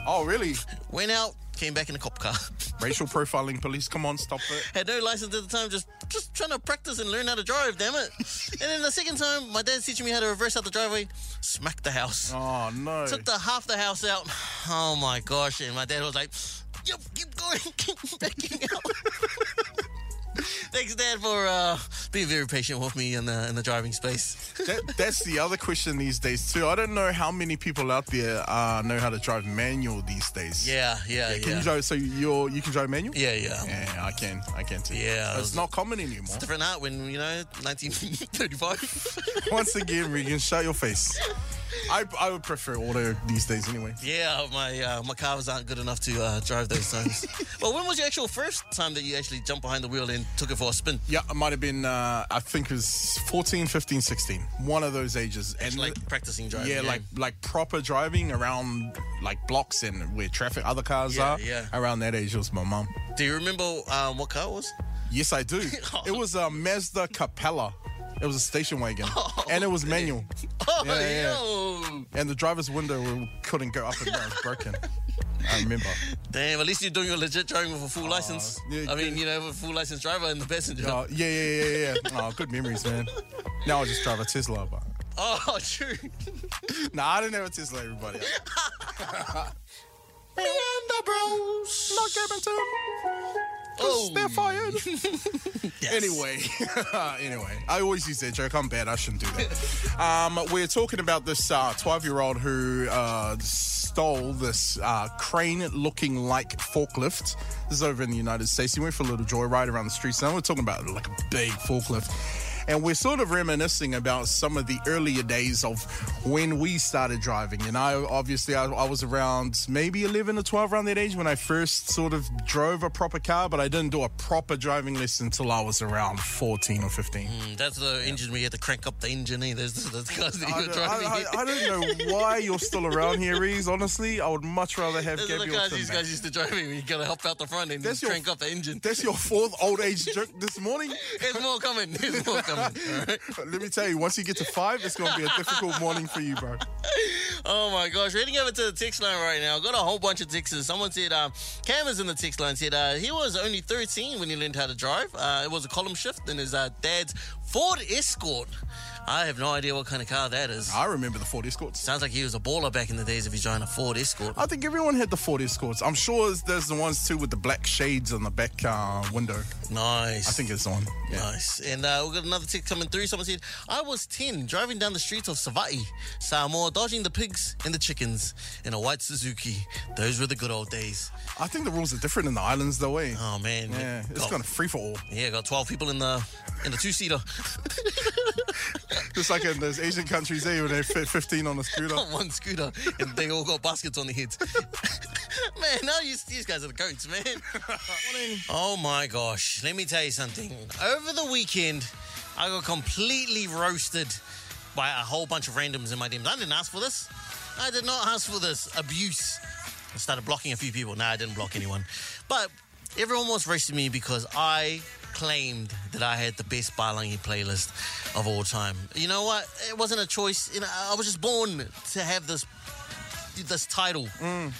[SPEAKER 3] Oh really?
[SPEAKER 2] Went out, came back in a cop car. [LAUGHS]
[SPEAKER 3] Racial profiling police. Come on, stop it.
[SPEAKER 2] Had no license at the time, just just trying to practice and learn how to drive. Damn it! and then the second time, my dad's teaching me how to reverse out the driveway. Smacked the house.
[SPEAKER 3] Oh no!
[SPEAKER 2] Took the half the house out. [SIGHS] Oh my gosh! And my dad was like, "Yep, keep going, [LAUGHS] keep backing out." [LAUGHS] Thanks, Dad, for uh, being very patient with me in the in the driving space.
[SPEAKER 3] that, that's the other question these days too. I don't know how many people out there uh, know how to drive manual these days.
[SPEAKER 2] Yeah, yeah,
[SPEAKER 3] Can you
[SPEAKER 2] yeah,
[SPEAKER 3] drive? So you're you can drive manual.
[SPEAKER 2] yeah, yeah.
[SPEAKER 3] Yeah, I can. I can too.
[SPEAKER 2] Yeah, I
[SPEAKER 3] It's
[SPEAKER 2] was-
[SPEAKER 3] not
[SPEAKER 2] [LAUGHS]
[SPEAKER 3] common anymore.
[SPEAKER 2] Different art when you know 1935.
[SPEAKER 3] Once again, Regan, shut your face. I, I would prefer auto these days anyway.
[SPEAKER 2] [LAUGHS] yeah, my uh, my cars aren't good enough to uh, drive those
[SPEAKER 3] [LAUGHS]
[SPEAKER 2] times. well, when was your actual first time that you actually jumped behind the wheel and took it for a spin?
[SPEAKER 3] Yeah, it might have been, uh, I think it was 14, 15, 16. One of those ages. And
[SPEAKER 2] Like practicing driving.
[SPEAKER 3] Yeah, like like proper driving around like blocks and where traffic, other cars
[SPEAKER 2] Yeah,
[SPEAKER 3] are.
[SPEAKER 2] yeah.
[SPEAKER 3] Around that age, it was my mum.
[SPEAKER 2] Do you remember um, what car it was?
[SPEAKER 3] Yes, I do. It was a Mazda Capella. It was a station wagon, and it was manual.
[SPEAKER 2] [LAUGHS] Oh,
[SPEAKER 3] Yeah, yeah.
[SPEAKER 2] yo.
[SPEAKER 3] And the driver's window w- couldn't go up and down; it was broken. I remember.
[SPEAKER 2] Damn, at least you're doing your legit driving with a full license.
[SPEAKER 3] yeah,
[SPEAKER 2] I mean, you know, with a full license driver and the passenger.
[SPEAKER 3] Oh, yeah, yeah, yeah, yeah. Oh, good memories, man. Now I just drive a Tesla. But...
[SPEAKER 2] [LAUGHS] Oh, true.
[SPEAKER 3] Nah, I didn't have a Tesla. Everybody.
[SPEAKER 2] Leander Bros.
[SPEAKER 3] Not giving to 'cause they're fired. Anyway, [LAUGHS] anyway, I always use that joke. I'm bad. I shouldn't do that. um, we're talking about this uh, 12-year-old who uh, stole this uh, crane-looking like forklift. This is over in the United States. He went for a little joyride around the streets. Now we're talking about like a big forklift. And we're sort of reminiscing about some of the earlier days of when we started driving. And I obviously I, I was around maybe 11 or 12 around that age when I first sort of drove a proper car, but I didn't do a proper driving lesson until I was around 14 or 15.
[SPEAKER 2] Mm, That's the engine where you have to crank up the engine, eh? Those are [LAUGHS] the cars that
[SPEAKER 3] I,
[SPEAKER 2] you're
[SPEAKER 3] don't-
[SPEAKER 2] driving. [LAUGHS]
[SPEAKER 3] I, I, I don't know why you're still around here, Reese. Honestly, I would much rather have
[SPEAKER 2] Those are the
[SPEAKER 3] Gabby or
[SPEAKER 2] cars
[SPEAKER 3] Tim
[SPEAKER 2] these
[SPEAKER 3] back.
[SPEAKER 2] guys used to drive in. You gotta help out the front and
[SPEAKER 3] That's your-
[SPEAKER 2] crank up the [LAUGHS] engine.
[SPEAKER 3] That's your fourth old age joke this morning.
[SPEAKER 2] There's more coming. There's [LAUGHS] more coming. all right?
[SPEAKER 3] Let me tell you, once you get to five, it's going to be a difficult morning for you, bro.
[SPEAKER 2] Oh my gosh. Reading over to the text line right now. Got a whole bunch of texts. Someone said, um, Cam is in the text line, said uh, he was only 13 when he learned how to drive. Uh, it was a column shift in his uh, dad's Ford Escort. I have no idea what kind of car that is.
[SPEAKER 3] I remember the Ford Escorts.
[SPEAKER 2] Sounds like he was a baller back in the days if he's driving a Ford Escort.
[SPEAKER 3] I think everyone had the 40 escorts. I'm sure there's the ones too with the black shades on the back uh, window.
[SPEAKER 2] Nice.
[SPEAKER 3] I think it's on. Yeah.
[SPEAKER 2] Nice. And uh, we've got another text coming through. Someone said, I was 10, driving down the streets of Savaii, Samoa, dodging the pigs and the chickens in a white Suzuki. Those were the good old days.
[SPEAKER 3] I think the rules are different in the islands, though, eh?
[SPEAKER 2] Oh, man.
[SPEAKER 3] yeah, it's
[SPEAKER 2] got,
[SPEAKER 3] kind of free for all.
[SPEAKER 2] yeah, got 12 people in the in the two-seater. [LAUGHS]
[SPEAKER 3] Just like in those Asian countries, eh, where they fit 15 on a
[SPEAKER 2] [LAUGHS]
[SPEAKER 3] scooter.
[SPEAKER 2] on one scooter and they all got baskets on their heads. [LAUGHS] man, now you, these guys are the goats, man. oh my gosh. Let me tell you something. Over the weekend, I got completely roasted by a whole bunch of randoms in my DMs. I didn't ask for this. I did not ask for this abuse. I started blocking a few people. No, I didn't block anyone. But everyone was roasting me because I claimed that I had the best Balangi playlist of all time. You know what? It wasn't a choice. You know, I was just born to have this this title.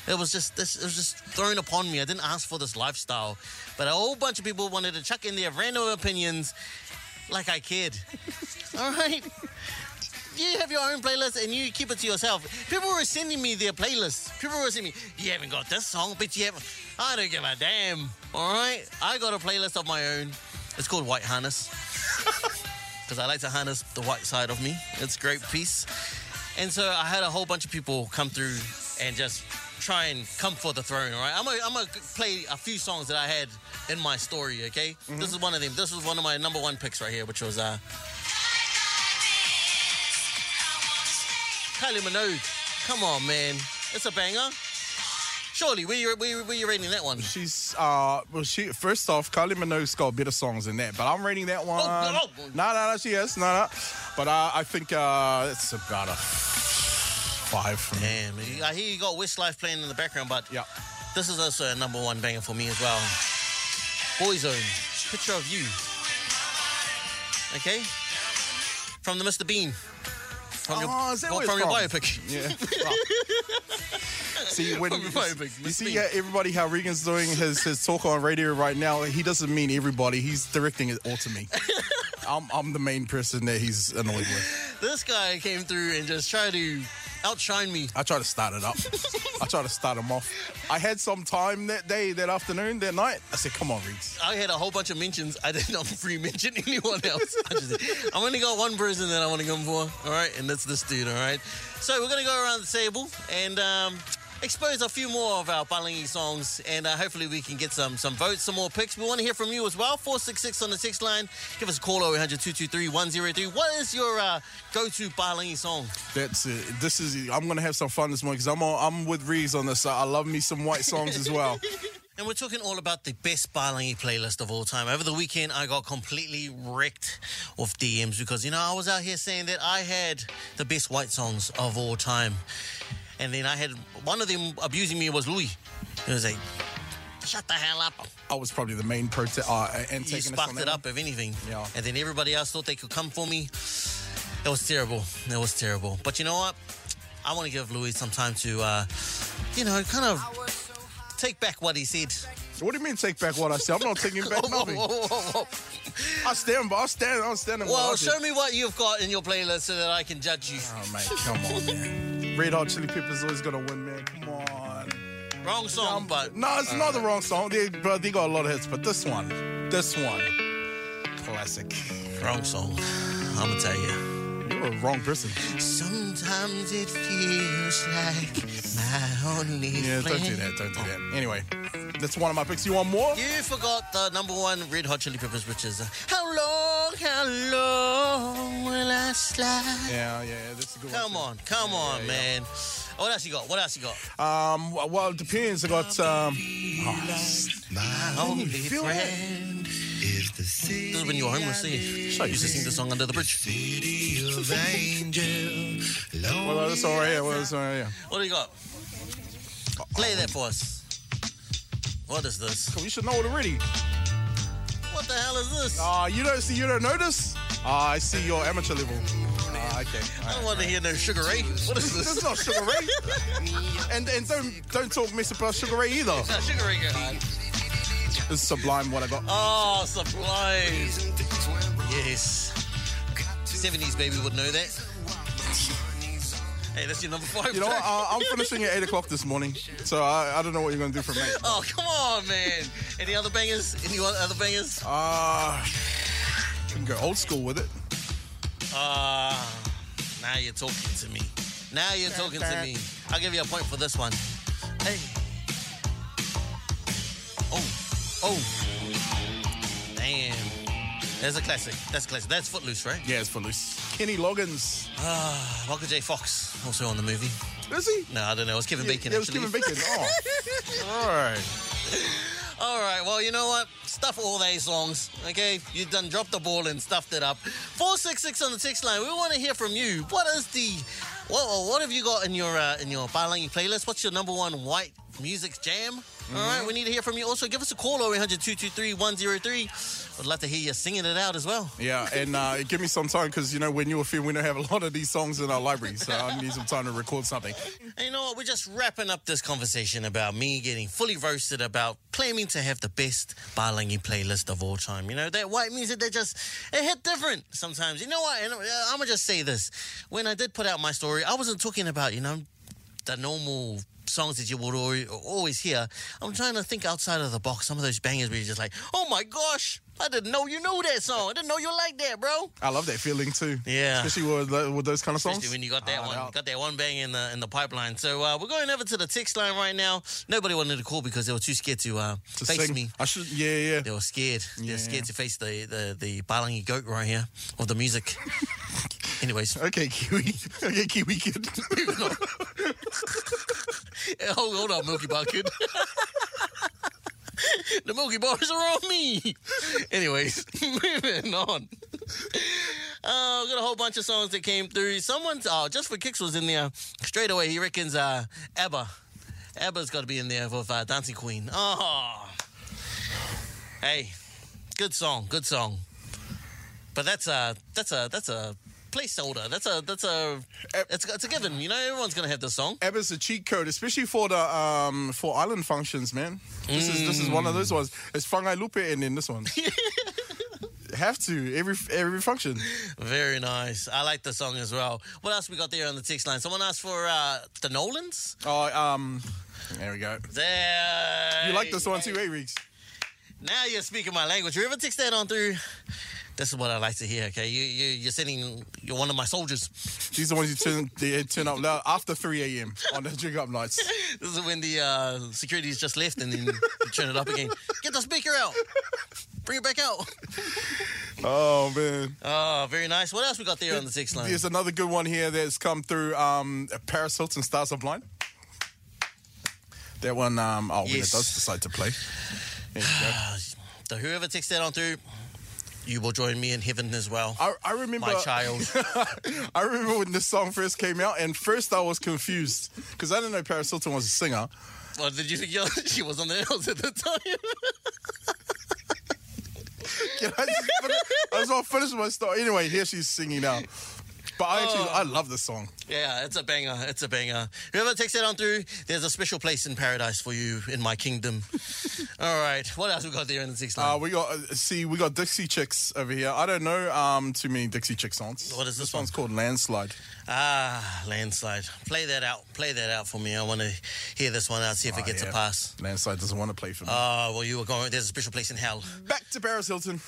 [SPEAKER 2] It was just this. It was just thrown upon me. I didn't ask for this lifestyle, but a whole bunch of people wanted to chuck in their random opinions, like I cared. All right. You have your own playlist and you keep it to yourself. People were sending me their playlists. People were sending me, you haven't got this song, but you haven't. I don't give a damn. All right? I got a playlist of my own. It's called White Harness. Because I like to harness the white side of me. It's a great piece. And so I had a whole bunch of people come through and just try and come for the throne, all right? I'm gonna, I'm gonna play a few songs that I had in my story, okay? This is one of them. This was one of my number one picks right here, which was uh, Kylie Minogue. Come on, man. It's a banger. Surely, were you, were you, were you rating that one?
[SPEAKER 3] She's uh well she first off Kylie Minogue's got better songs than that, but I'm rating that
[SPEAKER 2] Oh,
[SPEAKER 3] one.
[SPEAKER 2] no.
[SPEAKER 3] No, no, no, she is, no, no. But uh, I think uh it's about a five for me.
[SPEAKER 2] Damn, you- I hear you got Westlife playing in the background, but
[SPEAKER 3] Yeah.
[SPEAKER 2] this is also a number one banger for me as well. Boyzone, picture of you. Okay? From the Mr. Bean. From
[SPEAKER 3] Oh, is that
[SPEAKER 2] well,
[SPEAKER 3] where
[SPEAKER 2] from
[SPEAKER 3] it's
[SPEAKER 2] your
[SPEAKER 3] from?
[SPEAKER 2] biopic.
[SPEAKER 3] Yeah.
[SPEAKER 2] [LAUGHS]
[SPEAKER 3] see when
[SPEAKER 2] From Biopic,
[SPEAKER 3] you
[SPEAKER 2] Mr.
[SPEAKER 3] see
[SPEAKER 2] Bean.
[SPEAKER 3] yeah, everybody how Regan's doing his his talk on radio right now, he doesn't mean everybody, he's directing it all
[SPEAKER 2] [LAUGHS]
[SPEAKER 3] to me. I'm I'm the main person that he's annoyed with.
[SPEAKER 2] This guy came through and just tried to outshine me.
[SPEAKER 3] I try to start it up. I try to start him off. I had some time that day, that afternoon, that night. I said, come on, Reeks.
[SPEAKER 2] I had a whole bunch of mentions. I did not pre-mention [LAUGHS] anyone else. I just, I'm only got one person that I want to come for. All right, and that's this dude. All right. So we're gonna go around the table and um, expose a few more of our Balangi songs, and uh, hopefully we can get some some votes, some more picks. We want to hear from you as well. Four six six on the text line. Give us a call 0800 223 103. What is your uh, go-to Balangi song?
[SPEAKER 3] That's it. This is. I'm gonna have some fun this morning because I'm on, I'm with Reeves on this. I love me some white songs as well.
[SPEAKER 2] And we're talking all about the best Balangi playlist of all time. Over the weekend, I got completely wrecked with DMs because, you know, I was out here saying that I had the best white songs of all time. And then I had one of them abusing me was Louis. It was like, shut the hell up.
[SPEAKER 3] I was probably the main protest uh, and
[SPEAKER 2] You
[SPEAKER 3] taking
[SPEAKER 2] sparked it up, if anything.
[SPEAKER 3] Yeah.
[SPEAKER 2] And then everybody else thought they could come for me. It was terrible. It was terrible. But you know what? I want to give Louis some time to, uh, you know, kind of take back what he said.
[SPEAKER 3] What do you mean take back what I said? I'm not taking
[SPEAKER 2] [LAUGHS]
[SPEAKER 3] back nothing. I stand, by I stand, I stand. by what I
[SPEAKER 2] Well,
[SPEAKER 3] said.
[SPEAKER 2] show me what you've got in your playlist so that I can judge you.
[SPEAKER 3] Oh mate, come on, man. Red Hot Chili Peppers always gonna win, man. Come on.
[SPEAKER 2] Wrong song, but
[SPEAKER 3] No, it's not the wrong song. They, bro, they got a lot of hits, but this one, this one, classic.
[SPEAKER 2] wrong song. I'm gonna tell you.
[SPEAKER 3] You were the wrong person.
[SPEAKER 2] Sometimes it feels like my only
[SPEAKER 3] Yeah,
[SPEAKER 2] friend.
[SPEAKER 3] don't do that. Don't do that. Anyway, that's one of my picks. You want more?
[SPEAKER 2] You forgot the number one Red Hot Chili Peppers, which is uh, How long, how long will I slide?
[SPEAKER 3] Yeah, yeah, that's a good one.
[SPEAKER 2] Come
[SPEAKER 3] too.
[SPEAKER 2] on, come on, man. What else you got? What else you got?
[SPEAKER 3] Um, w- well, it depends. I got um,
[SPEAKER 2] only
[SPEAKER 3] feel that?
[SPEAKER 2] friend is the This is when you were homeless, eh? You used to sing the song Under the Bridge.
[SPEAKER 3] well, that's all right. Yeah, well, that's all right. Yeah.
[SPEAKER 2] [LAUGHS] What do you got? Play that for us. What is this?
[SPEAKER 3] Cool, you should know it already.
[SPEAKER 2] What the hell is this?
[SPEAKER 3] Uh, you don't see, you don't notice. Ah, I see your amateur level. Ah, okay.
[SPEAKER 2] I don't want to hear no Sugar Ray. What is
[SPEAKER 3] This
[SPEAKER 2] this? [LAUGHS]
[SPEAKER 3] is not Sugar Ray. and and don't don't talk mess about Sugar Ray either.
[SPEAKER 2] Nah, Sugar eh, Ray, go.
[SPEAKER 3] It's sublime what I got.
[SPEAKER 2] Oh, Sublime. Yes. 70s baby would know that. Hey, that's your number five.
[SPEAKER 3] You know, what?
[SPEAKER 2] track.
[SPEAKER 3] uh, I'm finishing at eight o'clock this morning, so uh, I, I don't know what you're gonna do for me.
[SPEAKER 2] Oh, come on, man. Any other bangers? Any other bangers?
[SPEAKER 3] Ah, uh, can go old school with it.
[SPEAKER 2] Ah, now you're talking to me. Now you're talking to me. I'll give you a point for this one. Hey. Oh, oh. Damn. That's a classic. That's a classic. That's Footloose, right?
[SPEAKER 3] Yeah, it's for loose. Kenny Loggins.
[SPEAKER 2] Ah, Michael J. Fox also on the movie.
[SPEAKER 3] Is he?
[SPEAKER 2] No, I don't know. It was Kevin Bacon.
[SPEAKER 3] It was
[SPEAKER 2] actually.
[SPEAKER 3] Kevin Bacon.
[SPEAKER 2] [LAUGHS]
[SPEAKER 3] Oh. All right.
[SPEAKER 2] All right, well, you know what? Stuff all those songs, okay? You done dropped the ball and stuffed it up. 466 on the text line. We want to hear from you. What is the what what have you got in your uh, in your Balangi playlist? What's your number one white music jam? All right, we need to hear from you. Also, give us a call 0800 223 103. Would love to hear you singing it out as well.
[SPEAKER 3] Yeah, and uh, give me some time because, you know, when you're a film, we don't have a lot of these songs in our library, so I need some time to record something.
[SPEAKER 2] And you know what? We're just wrapping up this conversation about me getting fully roasted about claiming to have the best Balangi playlist of all time. You know, that white music, they just, it hit different sometimes. You know what? And I'm going to just say this. When I did put out my story, I wasn't talking about, you know, the normal songs that you would al- always hear. I'm trying to think outside of the box. Some of those bangers where you're just like, oh my gosh, I didn't know you knew that song. I didn't know you liked that, bro.
[SPEAKER 3] I love that feeling too.
[SPEAKER 2] Yeah.
[SPEAKER 3] Especially with, tho- with those kind of songs.
[SPEAKER 2] Especially when you got that
[SPEAKER 3] Hard
[SPEAKER 2] one,
[SPEAKER 3] out.
[SPEAKER 2] got that one bang in the in the pipeline. So uh, we're going over to the text line right now. Nobody wanted to call because they were too scared to, uh,
[SPEAKER 3] To
[SPEAKER 2] face
[SPEAKER 3] sing.
[SPEAKER 2] me.
[SPEAKER 3] I should, yeah,
[SPEAKER 2] They
[SPEAKER 3] yeah.
[SPEAKER 2] were scared. They were
[SPEAKER 3] Yeah.
[SPEAKER 2] scared to face the the the Balangi goat right here of the
[SPEAKER 3] [LAUGHS]
[SPEAKER 2] music. Anyways,
[SPEAKER 3] Okay, Kiwi. [LAUGHS] Okay, Kiwi kid.
[SPEAKER 2] [LAUGHS] hold, hold on, Milky Bar kid. [LAUGHS] the Milky Bars are on me. Anyways, [LAUGHS] moving on. Uh, got a whole bunch of songs that came through. Someone's oh, just for kicks was in there straight away. He reckons uh, ABBA. ABBA's got to be in there with uh, Dancing Queen. Oh, hey, good song, good song. But that's a that's a that's a placeholder. That's a that's a it's, it's a given. You know, everyone's gonna have this song.
[SPEAKER 3] ABBA's a cheat code, especially for the um, for island functions, man. This is this is one of
[SPEAKER 2] Mm.
[SPEAKER 3] those ones. It's Fangai Lupe and then
[SPEAKER 2] [LAUGHS]
[SPEAKER 3] this one. Have to every every function.
[SPEAKER 2] Very nice. I like the song as well. What else we got there on the text line? Someone asked for uh, the Nolans.
[SPEAKER 3] Oh, um, there we go.
[SPEAKER 2] There.
[SPEAKER 3] You like this one too, eh, Riggs?
[SPEAKER 2] Now you're speaking my language. Whoever takes that on through, this is what I like to hear. Okay, you, you you're sending you're one of my soldiers. [LAUGHS]
[SPEAKER 3] These are the ones you turn they turn up loud after 3 a.m. on the drink
[SPEAKER 2] [LAUGHS]
[SPEAKER 3] up nights.
[SPEAKER 2] This is when the uh, security's just left and then you turn it up again. Get the speaker out. Bring it back out.
[SPEAKER 3] Oh man.
[SPEAKER 2] Oh, very nice. What else we got there on the text line?
[SPEAKER 3] There's another good one here that's come through. Um, Paris Hilton, Stars of Blind. That one, um, oh, when it
[SPEAKER 2] Yes.
[SPEAKER 3] does decide to play. There you go.
[SPEAKER 2] So whoever takes that on through, you will join me in heaven as well.
[SPEAKER 3] I, I remember
[SPEAKER 2] my child.
[SPEAKER 3] I remember when this song first came out, and first I was confused because I didn't know Paris Hilton was a singer. [LAUGHS]
[SPEAKER 2] Well, did you think you [LAUGHS] she was on the nails at the time? [LAUGHS]
[SPEAKER 3] Can I just finish? I was all finished my story. Anyway, here she's singing now. But I actually, I love this song.
[SPEAKER 2] yeah, it's a banger. It's a banger. Whoever takes that on through, there's a special place in paradise for you in my kingdom. [LAUGHS] All right, what else we got there in the sixth
[SPEAKER 3] Uh,
[SPEAKER 2] line?
[SPEAKER 3] we got uh, see, we got Dixie Chicks over here. I don't know um, too many Dixie Chick songs.
[SPEAKER 2] What is this
[SPEAKER 3] one's
[SPEAKER 2] one?
[SPEAKER 3] called Landslide.
[SPEAKER 2] ah, landslide. Play that out. Play that out for me. I want to hear this one out. See if it
[SPEAKER 3] Oh,
[SPEAKER 2] gets
[SPEAKER 3] yeah.
[SPEAKER 2] a pass.
[SPEAKER 3] Landslide doesn't want to play for me.
[SPEAKER 2] Ah, well, you were going. There's a special place in hell. [LAUGHS]
[SPEAKER 3] Back to Paris Hilton.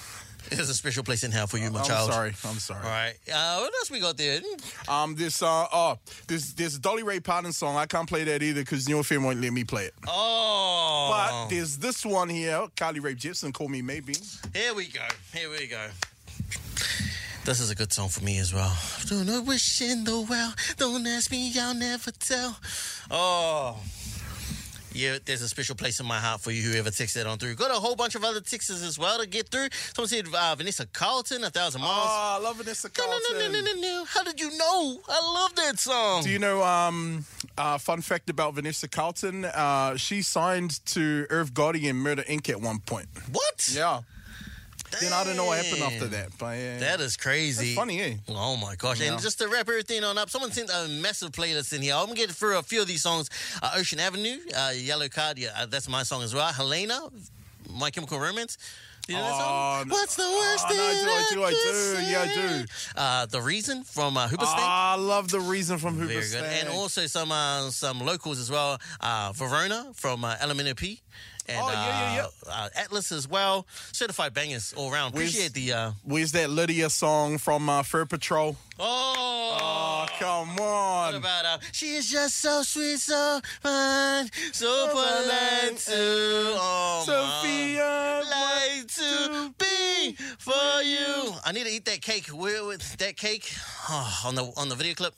[SPEAKER 2] There's a special place in hell for you, my
[SPEAKER 3] Uh, I'm
[SPEAKER 2] child.
[SPEAKER 3] sorry. I'm sorry.
[SPEAKER 2] All right. Uh, what else we got there?
[SPEAKER 3] Um, this uh, oh, this there's a Dolly Ray Parton song. I can't play that either because Neil Finn won't let me play it.
[SPEAKER 2] Oh,
[SPEAKER 3] But there's this one here, Carly Rae Jepsen, Call Me Maybe.
[SPEAKER 2] Here we go. Here we go. This is a good song for me as well. Do no wish in the well. Don't ask me, I'll never tell. Oh. Yeah, there's a special place in my heart for you, whoever texts that on through. Got a whole bunch of other texts as well to get through. Someone said uh, Vanessa Carlton, A Thousand Miles.
[SPEAKER 3] Oh, I love Vanessa
[SPEAKER 2] No, no, no, no, no, no,
[SPEAKER 3] Carlton.
[SPEAKER 2] no. How did you know? I love that song.
[SPEAKER 3] Do you know, um, uh, fun fact about Vanessa Carlton? Uh, she signed to Irv Gotti and Murder Inc. at one point.
[SPEAKER 2] what?
[SPEAKER 3] Yeah. Then I don't know what happened
[SPEAKER 2] Damn.
[SPEAKER 3] after that. But yeah.
[SPEAKER 2] That is crazy.
[SPEAKER 3] That's funny, eh?
[SPEAKER 2] Oh my gosh. And just to wrap everything on up, someone sent a massive playlist in here. I'm going to get through a few of these songs uh, Ocean Avenue, uh, Yellow Card. Yeah, uh, that's my song as well. Helena, My Chemical Romance. Do you know that song?
[SPEAKER 3] Oh, no.
[SPEAKER 2] What's the worst
[SPEAKER 3] Oh, no, I
[SPEAKER 2] thing
[SPEAKER 3] do, I do, I do.
[SPEAKER 2] could
[SPEAKER 3] Yeah, I
[SPEAKER 2] say?
[SPEAKER 3] do.
[SPEAKER 2] Uh, the Reason from uh, Hoobastank.
[SPEAKER 3] Ah, I love the reason from Hoover
[SPEAKER 2] Very good. And also some uh, some locals as well. Uh, Verona from uh, Element P. And,
[SPEAKER 3] Oh, yeah, yeah,
[SPEAKER 2] uh, Uh, Atlas as well. Certified bangers all round.
[SPEAKER 3] Where's-
[SPEAKER 2] Appreciate the. Uh,
[SPEAKER 3] Where's that Lydia song from uh, Fur Patrol?
[SPEAKER 2] oh,
[SPEAKER 3] Oh, come
[SPEAKER 2] what
[SPEAKER 3] on.
[SPEAKER 2] about uh, she is just so sweet, so fine, so polite to oh,
[SPEAKER 3] Sophia.
[SPEAKER 2] like to be for you. I need to eat that cake. Where with that cake? [SIGHS] Oh, on the on the video clip,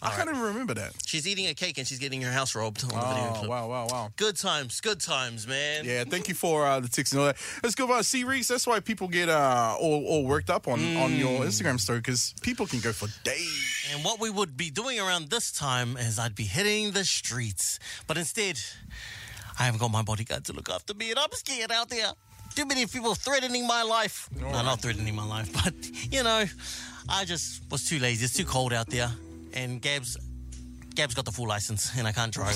[SPEAKER 3] I can't even remember that.
[SPEAKER 2] she's eating a cake and she's getting her house robbed on the video
[SPEAKER 3] Oh,
[SPEAKER 2] clip.
[SPEAKER 3] wow, wow, wow.
[SPEAKER 2] Good times, good times, man.
[SPEAKER 3] Yeah, thank you for uh, the ticks and all that. Let's go by C Reese. That's why people get uh, all, all worked up on, on your
[SPEAKER 2] Mm.
[SPEAKER 3] Instagram story because people can go for days.
[SPEAKER 2] And what we would be doing around this time is I'd be hitting the streets, but instead, I haven't got my bodyguard to look after me, and I'm scared out there. Too many people threatening my life. No, not threatening my life, [LAUGHS] but you know, I just was too lazy. It's too cold out there, and Gab's Gab's got the full license, and I can't drive.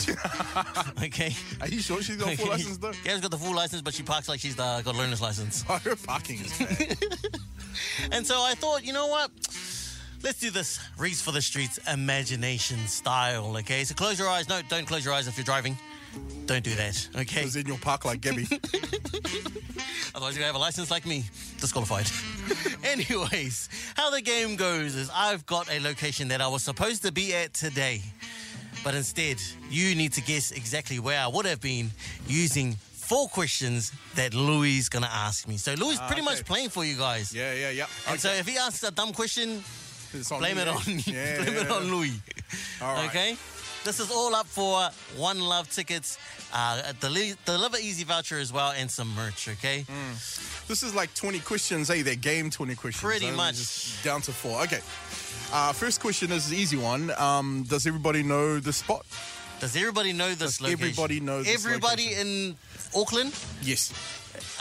[SPEAKER 3] [LAUGHS]
[SPEAKER 2] [LAUGHS] okay.
[SPEAKER 3] Are you sure she's got
[SPEAKER 2] [LAUGHS]
[SPEAKER 3] full license though?
[SPEAKER 2] Gab's got the full license, but she parks like she's the, got a learner's license.
[SPEAKER 3] Oh, her parking is bad.
[SPEAKER 2] And so I thought, you know what? Let's do this Reese for the Streets imagination style, okay? So close your eyes. No, don't close your eyes if you're driving. Don't do that, okay?
[SPEAKER 3] It's in your park like Gabby.
[SPEAKER 2] [LAUGHS] Otherwise, you have a license like me, disqualified. [LAUGHS] Anyways, how the game goes is I've got a location that I was supposed to be at today, but instead, you need to guess exactly where I would have been using four questions that Louis is gonna ask me. So Louis is pretty much
[SPEAKER 3] Ah, okay.
[SPEAKER 2] playing for you guys.
[SPEAKER 3] Yeah, yeah, yeah.
[SPEAKER 2] And so if he asks a dumb question,
[SPEAKER 3] It's on
[SPEAKER 2] Blame
[SPEAKER 3] me,
[SPEAKER 2] it
[SPEAKER 3] eh?
[SPEAKER 2] on [LAUGHS]
[SPEAKER 3] Yeah,
[SPEAKER 2] blame it
[SPEAKER 3] yeah.
[SPEAKER 2] on Louis.
[SPEAKER 3] All right.
[SPEAKER 2] Okay? This is all up for One Love tickets, uh, deli- Deliver Easy voucher as well, and some merch, okay?
[SPEAKER 3] Mm. This is like 20 questions, hey, they're game 20 questions.
[SPEAKER 2] Pretty
[SPEAKER 3] only
[SPEAKER 2] much.
[SPEAKER 3] Just down to four. Okay. Uh, first question is the easy one. Um, does everybody know the spot?
[SPEAKER 2] Does everybody know this
[SPEAKER 3] Does
[SPEAKER 2] location?
[SPEAKER 3] everybody know this
[SPEAKER 2] Everybody in Auckland,
[SPEAKER 3] Yes.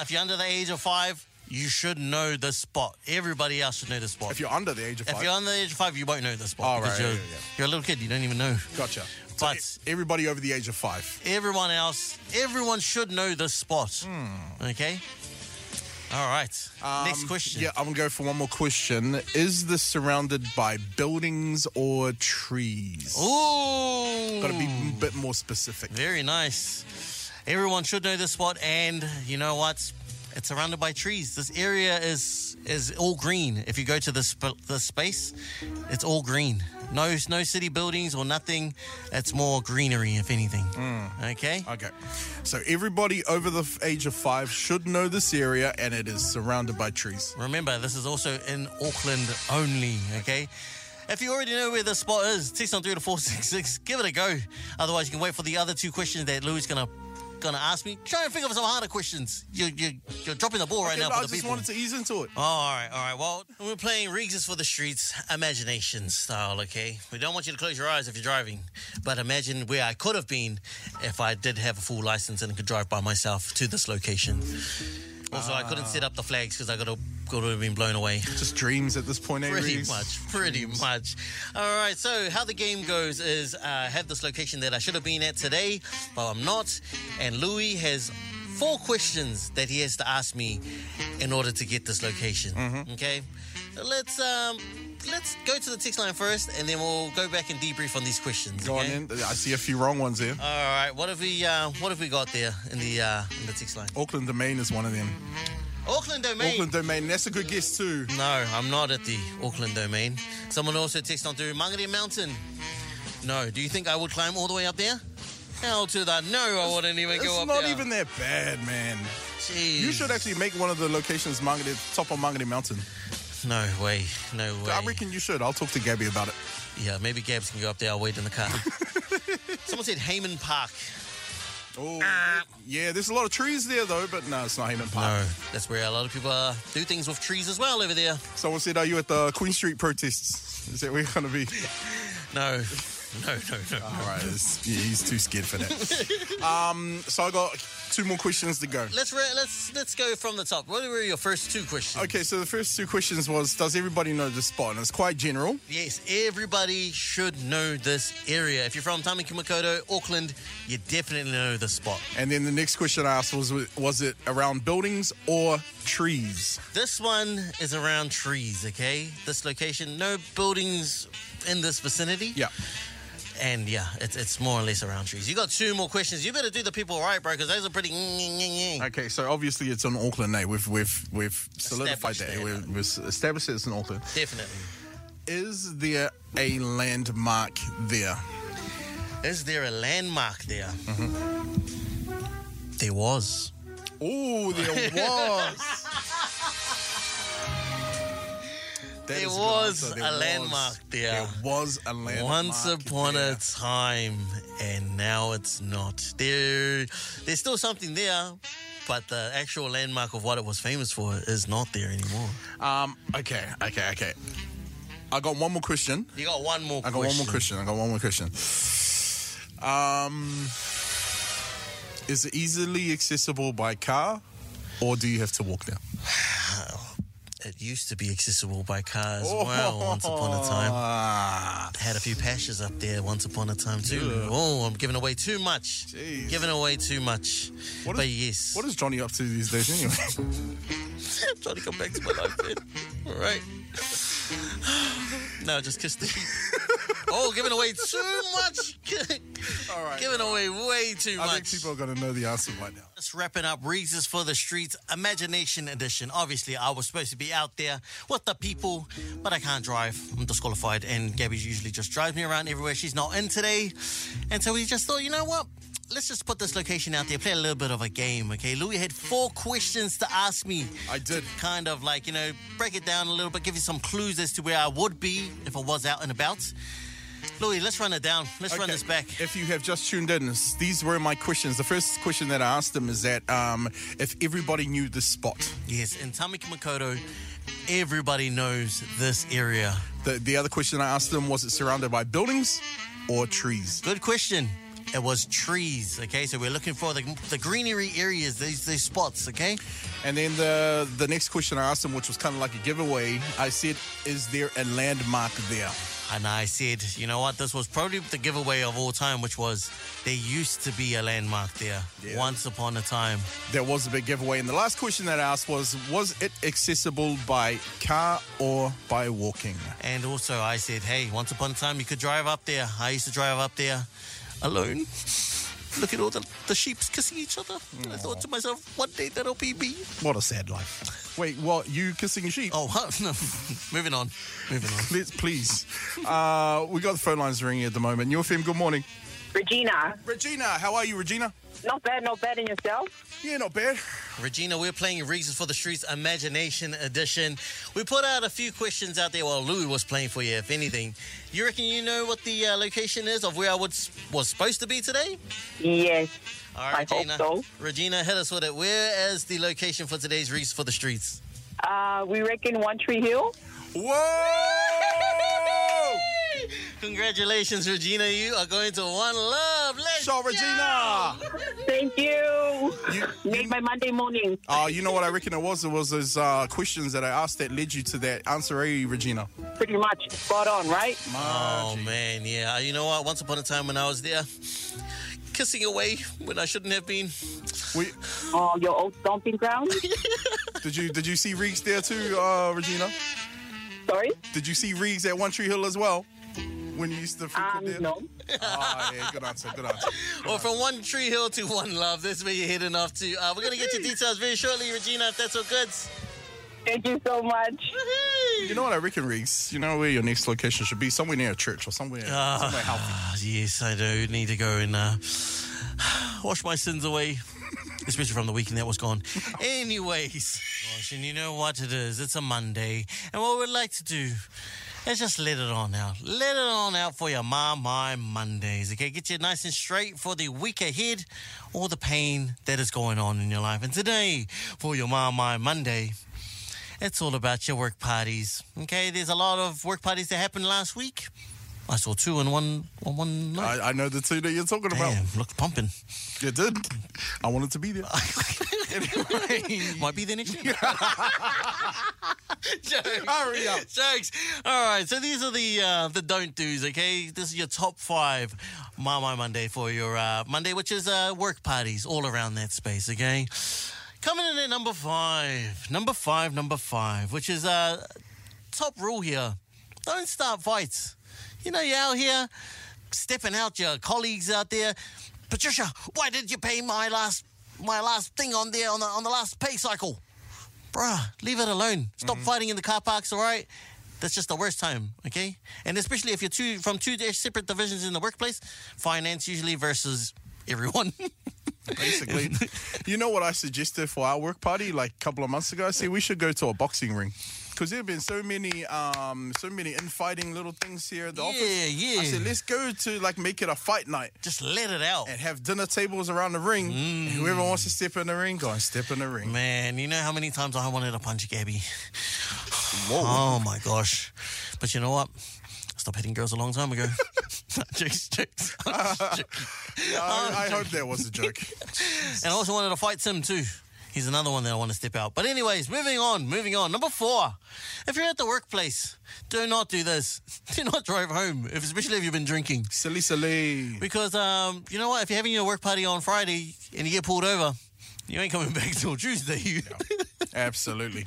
[SPEAKER 2] if you're under the age of five, you should know the spot. Everybody else should know the spot.
[SPEAKER 3] If you're under the age of
[SPEAKER 2] If
[SPEAKER 3] five.
[SPEAKER 2] you're under the age of five, you won't know the spot.
[SPEAKER 3] Oh,
[SPEAKER 2] because
[SPEAKER 3] right,
[SPEAKER 2] you're,
[SPEAKER 3] yeah, yeah, yeah.
[SPEAKER 2] you're a little kid, you don't even know.
[SPEAKER 3] gotcha.
[SPEAKER 2] But-
[SPEAKER 3] So e- everybody over the age of five.
[SPEAKER 2] everyone else, everyone should know this spot. Okay? All right. Next
[SPEAKER 3] Hmm. Um,
[SPEAKER 2] question.
[SPEAKER 3] Yeah, I'm gonna go for one more question. Is this surrounded by buildings or trees?
[SPEAKER 2] Ooh.
[SPEAKER 3] Gotta be a bit more specific.
[SPEAKER 2] Very nice. Everyone should know this spot, and you know what? It's surrounded by trees. This area is is all green. If you go to this sp- this space, it's all green. No no city buildings or nothing. It's more greenery, if anything. Okay.
[SPEAKER 3] Okay, so everybody over the f- age of five should know this area, and it is surrounded by trees.
[SPEAKER 2] Remember, this is also in Auckland only, okay? If you already know where this spot is, text on 3 to 466, give it a go. Otherwise, you can wait for the other two questions that Louis is going to gonna ask me. Try and think of some harder questions. You're, you're, you're dropping the ball right
[SPEAKER 3] Okay,
[SPEAKER 2] now
[SPEAKER 3] I
[SPEAKER 2] for the
[SPEAKER 3] just
[SPEAKER 2] people.
[SPEAKER 3] wanted to ease into it.
[SPEAKER 2] Oh, all right, all right. Well, we're playing Reese's for the Streets, imagination style, okay? We don't want you to close your eyes if you're driving, but imagine where I could have been if I did have a full license and could drive by myself to this location. Also, I couldn't set up the flags because I got to go to have been blown away.
[SPEAKER 3] Just dreams at this point, eh, Mm.
[SPEAKER 2] Pretty
[SPEAKER 3] Reeves?
[SPEAKER 2] much, pretty much. All right, so how the game goes is uh, I have this location that I should have been at today, but I'm not. And Louis has four questions that he has to ask me in order to get this location.
[SPEAKER 3] Mm-hmm.
[SPEAKER 2] Okay, So let's um, let's go to the text line first, and then we'll go back and debrief on these questions.
[SPEAKER 3] Go
[SPEAKER 2] okay?
[SPEAKER 3] on in. I see a few wrong ones there.
[SPEAKER 2] All right, what have we uh, what have we got there in the uh, in the text line?
[SPEAKER 3] Auckland Domain is one of them.
[SPEAKER 2] Auckland domain.
[SPEAKER 3] Oh. Auckland Domain. That's a good guess too.
[SPEAKER 2] No, I'm not at the Auckland domain. Someone also texted on through Mangere Mountain. No, do you think I would climb all the way up there? Hell to the no, I wouldn't even go
[SPEAKER 3] It's
[SPEAKER 2] up
[SPEAKER 3] not
[SPEAKER 2] there.
[SPEAKER 3] even that bad, man.
[SPEAKER 2] Jeez.
[SPEAKER 3] You should actually make one of the locations Mangere, top of Mangere Mountain.
[SPEAKER 2] No way, no way.
[SPEAKER 3] I reckon you should. I'll talk to Gabby about it.
[SPEAKER 2] Yeah, maybe Gabs can go up there. I'll wait in the
[SPEAKER 3] [LAUGHS]
[SPEAKER 2] car. Someone said Hayman Park.
[SPEAKER 3] Oh, yeah. There's a lot of trees there though, but no, it's not Heyman Park.
[SPEAKER 2] Ah. No, that's where a lot of people uh, do things with trees as well over there.
[SPEAKER 3] Someone said, "Are you at the Queen Street protests?" Is that where you're gonna be?
[SPEAKER 2] No, no, no, no.
[SPEAKER 3] All right, it's- yeah, he's too scared for that.
[SPEAKER 2] [LAUGHS]
[SPEAKER 3] um, so I got two more questions to go.
[SPEAKER 2] Let's re- let's let's go from the top. What were your first two questions?
[SPEAKER 3] Okay, so the first two questions was, does everybody know the spot? And it's quite general.
[SPEAKER 2] Yes, everybody should know this area. If you're from Tamaki Makoto, Auckland, you definitely know the spot.
[SPEAKER 3] And then the next question I asked was, was it around buildings or trees?
[SPEAKER 2] This one is around trees, okay? This location, no buildings in this vicinity.
[SPEAKER 3] Yeah.
[SPEAKER 2] and yeah, it's it's more or less around trees. You got two more questions. You better do the people right, bro, because those are pretty.
[SPEAKER 3] Okay, so obviously it's on Auckland, eh? We've we've we've solidified
[SPEAKER 2] Established
[SPEAKER 3] that.
[SPEAKER 2] that.
[SPEAKER 3] We've, we've established that it's in Auckland.
[SPEAKER 2] Definitely.
[SPEAKER 3] Is there a landmark there?
[SPEAKER 2] Is there a landmark there?
[SPEAKER 3] Mm-hmm.
[SPEAKER 2] There was. [LAUGHS]
[SPEAKER 3] Oh, there was. That
[SPEAKER 2] There
[SPEAKER 3] is a good
[SPEAKER 2] was
[SPEAKER 3] answer.
[SPEAKER 2] a landmark there.
[SPEAKER 3] There was a landmark.
[SPEAKER 2] Once upon
[SPEAKER 3] there.
[SPEAKER 2] a time, and now it's not. There, there's still something there, but the actual landmark of what it was famous for is not there anymore.
[SPEAKER 3] Um. Okay. Okay. Okay. I got one more question.
[SPEAKER 2] You got one more.
[SPEAKER 3] I got one more question. I got one more question. Um, is it easily accessible by car, or do you have to walk now?
[SPEAKER 2] It used to be accessible by car
[SPEAKER 3] Oh.
[SPEAKER 2] as well. Once upon a
[SPEAKER 3] [LAUGHS]
[SPEAKER 2] time,
[SPEAKER 3] Ah,
[SPEAKER 2] had a few pashes up there. Once upon a time too. Oh, I'm giving away too much.
[SPEAKER 3] Jeez.
[SPEAKER 2] Giving away too much.
[SPEAKER 3] What
[SPEAKER 2] but
[SPEAKER 3] is-
[SPEAKER 2] yes,
[SPEAKER 3] what is Johnny up to these days anyway? [LAUGHS]
[SPEAKER 2] I'm trying to come back to my life, man. [LAUGHS] All right. [SIGHS] no, just kiss the sheep.
[SPEAKER 3] [LAUGHS]
[SPEAKER 2] oh, giving away too much.
[SPEAKER 3] All right.
[SPEAKER 2] Giving away way too
[SPEAKER 3] I
[SPEAKER 2] much.
[SPEAKER 3] think people are gonna know the answer by now.
[SPEAKER 2] Just wrapping up Reasons for the Streets Imagination Edition. Obviously, I was supposed to be out there with the people, but I can't drive. I'm disqualified, and Gabby usually just drives me around everywhere. She's not in today. And so we just thought, you know what? Let's just put this location out there, play a little bit of a game, okay? Louis had four questions to ask me.
[SPEAKER 3] I did.
[SPEAKER 2] To kind of like, you know, break it down a little bit, give you some clues as to where I would be if I was out and about. Louis, let's run it down. Let's run
[SPEAKER 3] Okay.
[SPEAKER 2] this back.
[SPEAKER 3] If you have just tuned in, s- these were my questions. The first question that I asked them is that um, if everybody knew this spot.
[SPEAKER 2] Yes, in Tamaki Makoto, everybody knows this area.
[SPEAKER 3] The, the other question I asked them was it surrounded by buildings or trees?
[SPEAKER 2] Good question. It was trees, okay? So we're looking for the, the greenery areas, these, these spots, okay?
[SPEAKER 3] And then the the next question I asked him, which was kind of like a giveaway, I said, "Is there a landmark there?"
[SPEAKER 2] And I said, you know what? This was probably the giveaway of all time, which was there used to be a landmark there
[SPEAKER 3] Yeah.
[SPEAKER 2] once upon a time.
[SPEAKER 3] There was a big giveaway. And the last question that I asked was, "Was it accessible by car or by walking?"
[SPEAKER 2] And also, I said, hey, once upon a time, you could drive up there. I used to drive up there alone. Look at all the, the sheeps kissing each other. And I thought to myself, one day that'll be me.
[SPEAKER 3] What a sad life. Wait, what? You kissing sheep?
[SPEAKER 2] Oh, huh, [LAUGHS] no. moving on. Moving on.
[SPEAKER 3] Let's please. Uh, we got the phone lines ringing at the moment. Your fam, good morning.
[SPEAKER 5] Regina,
[SPEAKER 3] Regina, how are you, Regina?
[SPEAKER 5] not bad, not bad in yourself.
[SPEAKER 3] Yeah, not bad.
[SPEAKER 2] Regina, we're playing Reasons for the Streets Imagination Edition. We put out a few questions out there while Louis was playing for you, if anything. You reckon you know what the uh, location is of where I would, was supposed to be today?
[SPEAKER 5] Yes.
[SPEAKER 2] All
[SPEAKER 5] I hope so.
[SPEAKER 2] Regina, hit us with it. Where is the location for today's Reasons for the Streets?
[SPEAKER 5] Uh, we reckon One Tree Hill.
[SPEAKER 3] Whoa!
[SPEAKER 2] Congratulations, Regina. You are going to One Love. Let's
[SPEAKER 3] So, Regina.
[SPEAKER 5] Thank you. Made my Monday morning.
[SPEAKER 3] Uh, you know what I reckon it was? It was those uh, questions that I asked that led you to that answer, eh, Regina?
[SPEAKER 5] Pretty much spot on, right?
[SPEAKER 2] Oh man, yeah. Uh, You know what? Once upon a time when I was there, kissing away when I shouldn't have been.
[SPEAKER 3] We,
[SPEAKER 5] Oh, your old stomping ground.
[SPEAKER 3] did you did you see Riggs there too, uh, Regina?
[SPEAKER 5] Sorry.
[SPEAKER 3] Did you see Riggs at One Tree Hill as well when you used to frequent
[SPEAKER 5] Um,
[SPEAKER 3] there?
[SPEAKER 5] no.
[SPEAKER 3] Oh, yeah, good answer, good answer.
[SPEAKER 2] Or from One Tree Hill to One Love. That's where you're heading off to. Uh, we're gonna get your details very shortly, Regina. If that's all good.
[SPEAKER 5] Thank you so much.
[SPEAKER 3] You know what I reckon, Riggs? You know where your next location should be? Somewhere near a church or somewhere, somewhere healthy.
[SPEAKER 2] Ah, yes, I do need to go and uh, wash my sins away. Especially from the weekend that was gone. Anyways, gosh, and you know what it is? It's a Monday. And what we'd like to do is just let it on out. Let it on out for your Ma My Mondays, okay? Get you nice and straight for the week ahead, all the pain that is going on in your life. And today, for your Ma My Monday, it's all about your work parties, okay? There's a lot of work parties that happened last week. I saw two in one one one night.
[SPEAKER 3] I, I know the two that you're talking
[SPEAKER 2] Damn,
[SPEAKER 3] about.
[SPEAKER 2] looks pumping.
[SPEAKER 3] You did. I wanted to
[SPEAKER 2] [LAUGHS]
[SPEAKER 3] be there.
[SPEAKER 2] Might be the next year. Jokes.
[SPEAKER 3] [LAUGHS]
[SPEAKER 2] [LAUGHS]
[SPEAKER 3] Hurry up.
[SPEAKER 2] Jokes. All right, so these are the uh, the don't do's, okay? This is your top five My My Monday for your uh, Monday, which is uh, work parties all around that space, okay? Coming in at number five. Number five, number five, which is uh, top rule here. Don't start fights. You know, you're out here stepping out your colleagues out there. Patricia, why did you pay my last my last thing on there on the on the last pay cycle? Bruh, leave it alone. Stop
[SPEAKER 3] Mm-hmm.
[SPEAKER 2] fighting in the car parks, all right? That's just the worst time, okay? And especially if you're two from two separate divisions in the workplace, finance usually versus everyone. [LAUGHS]
[SPEAKER 3] basically. you know what I suggested for our work party like a couple of months ago? I said we should go to a boxing ring. Because there have been so many, um, so many infighting little things here at the office.
[SPEAKER 2] yeah.
[SPEAKER 3] I said Eh. let's go to like make it a fight night
[SPEAKER 2] just let it out.
[SPEAKER 3] and have dinner tables around the ring. And whoever wants to step in the ring, go and step in the ring.
[SPEAKER 2] Man, you know how many times I wanted to punch Gabby? [SIGHS] Oh my gosh. But you know what? I stopped hitting girls a long time ago. [LAUGHS] jokes, jokes.
[SPEAKER 3] I, I hope that was a joke.
[SPEAKER 2] And I also wanted to fight Tim too. He's another one that I want to step out. But anyways, moving on, moving on. Number four, if you're at the workplace, do not do this. [LAUGHS] Do not drive home, if, especially if you've been drinking.
[SPEAKER 3] silly, silly.
[SPEAKER 2] Because um, you know what? If you're having your work party on Friday and you get pulled over, you ain't coming [LAUGHS] back till Tuesday.
[SPEAKER 3] Absolutely.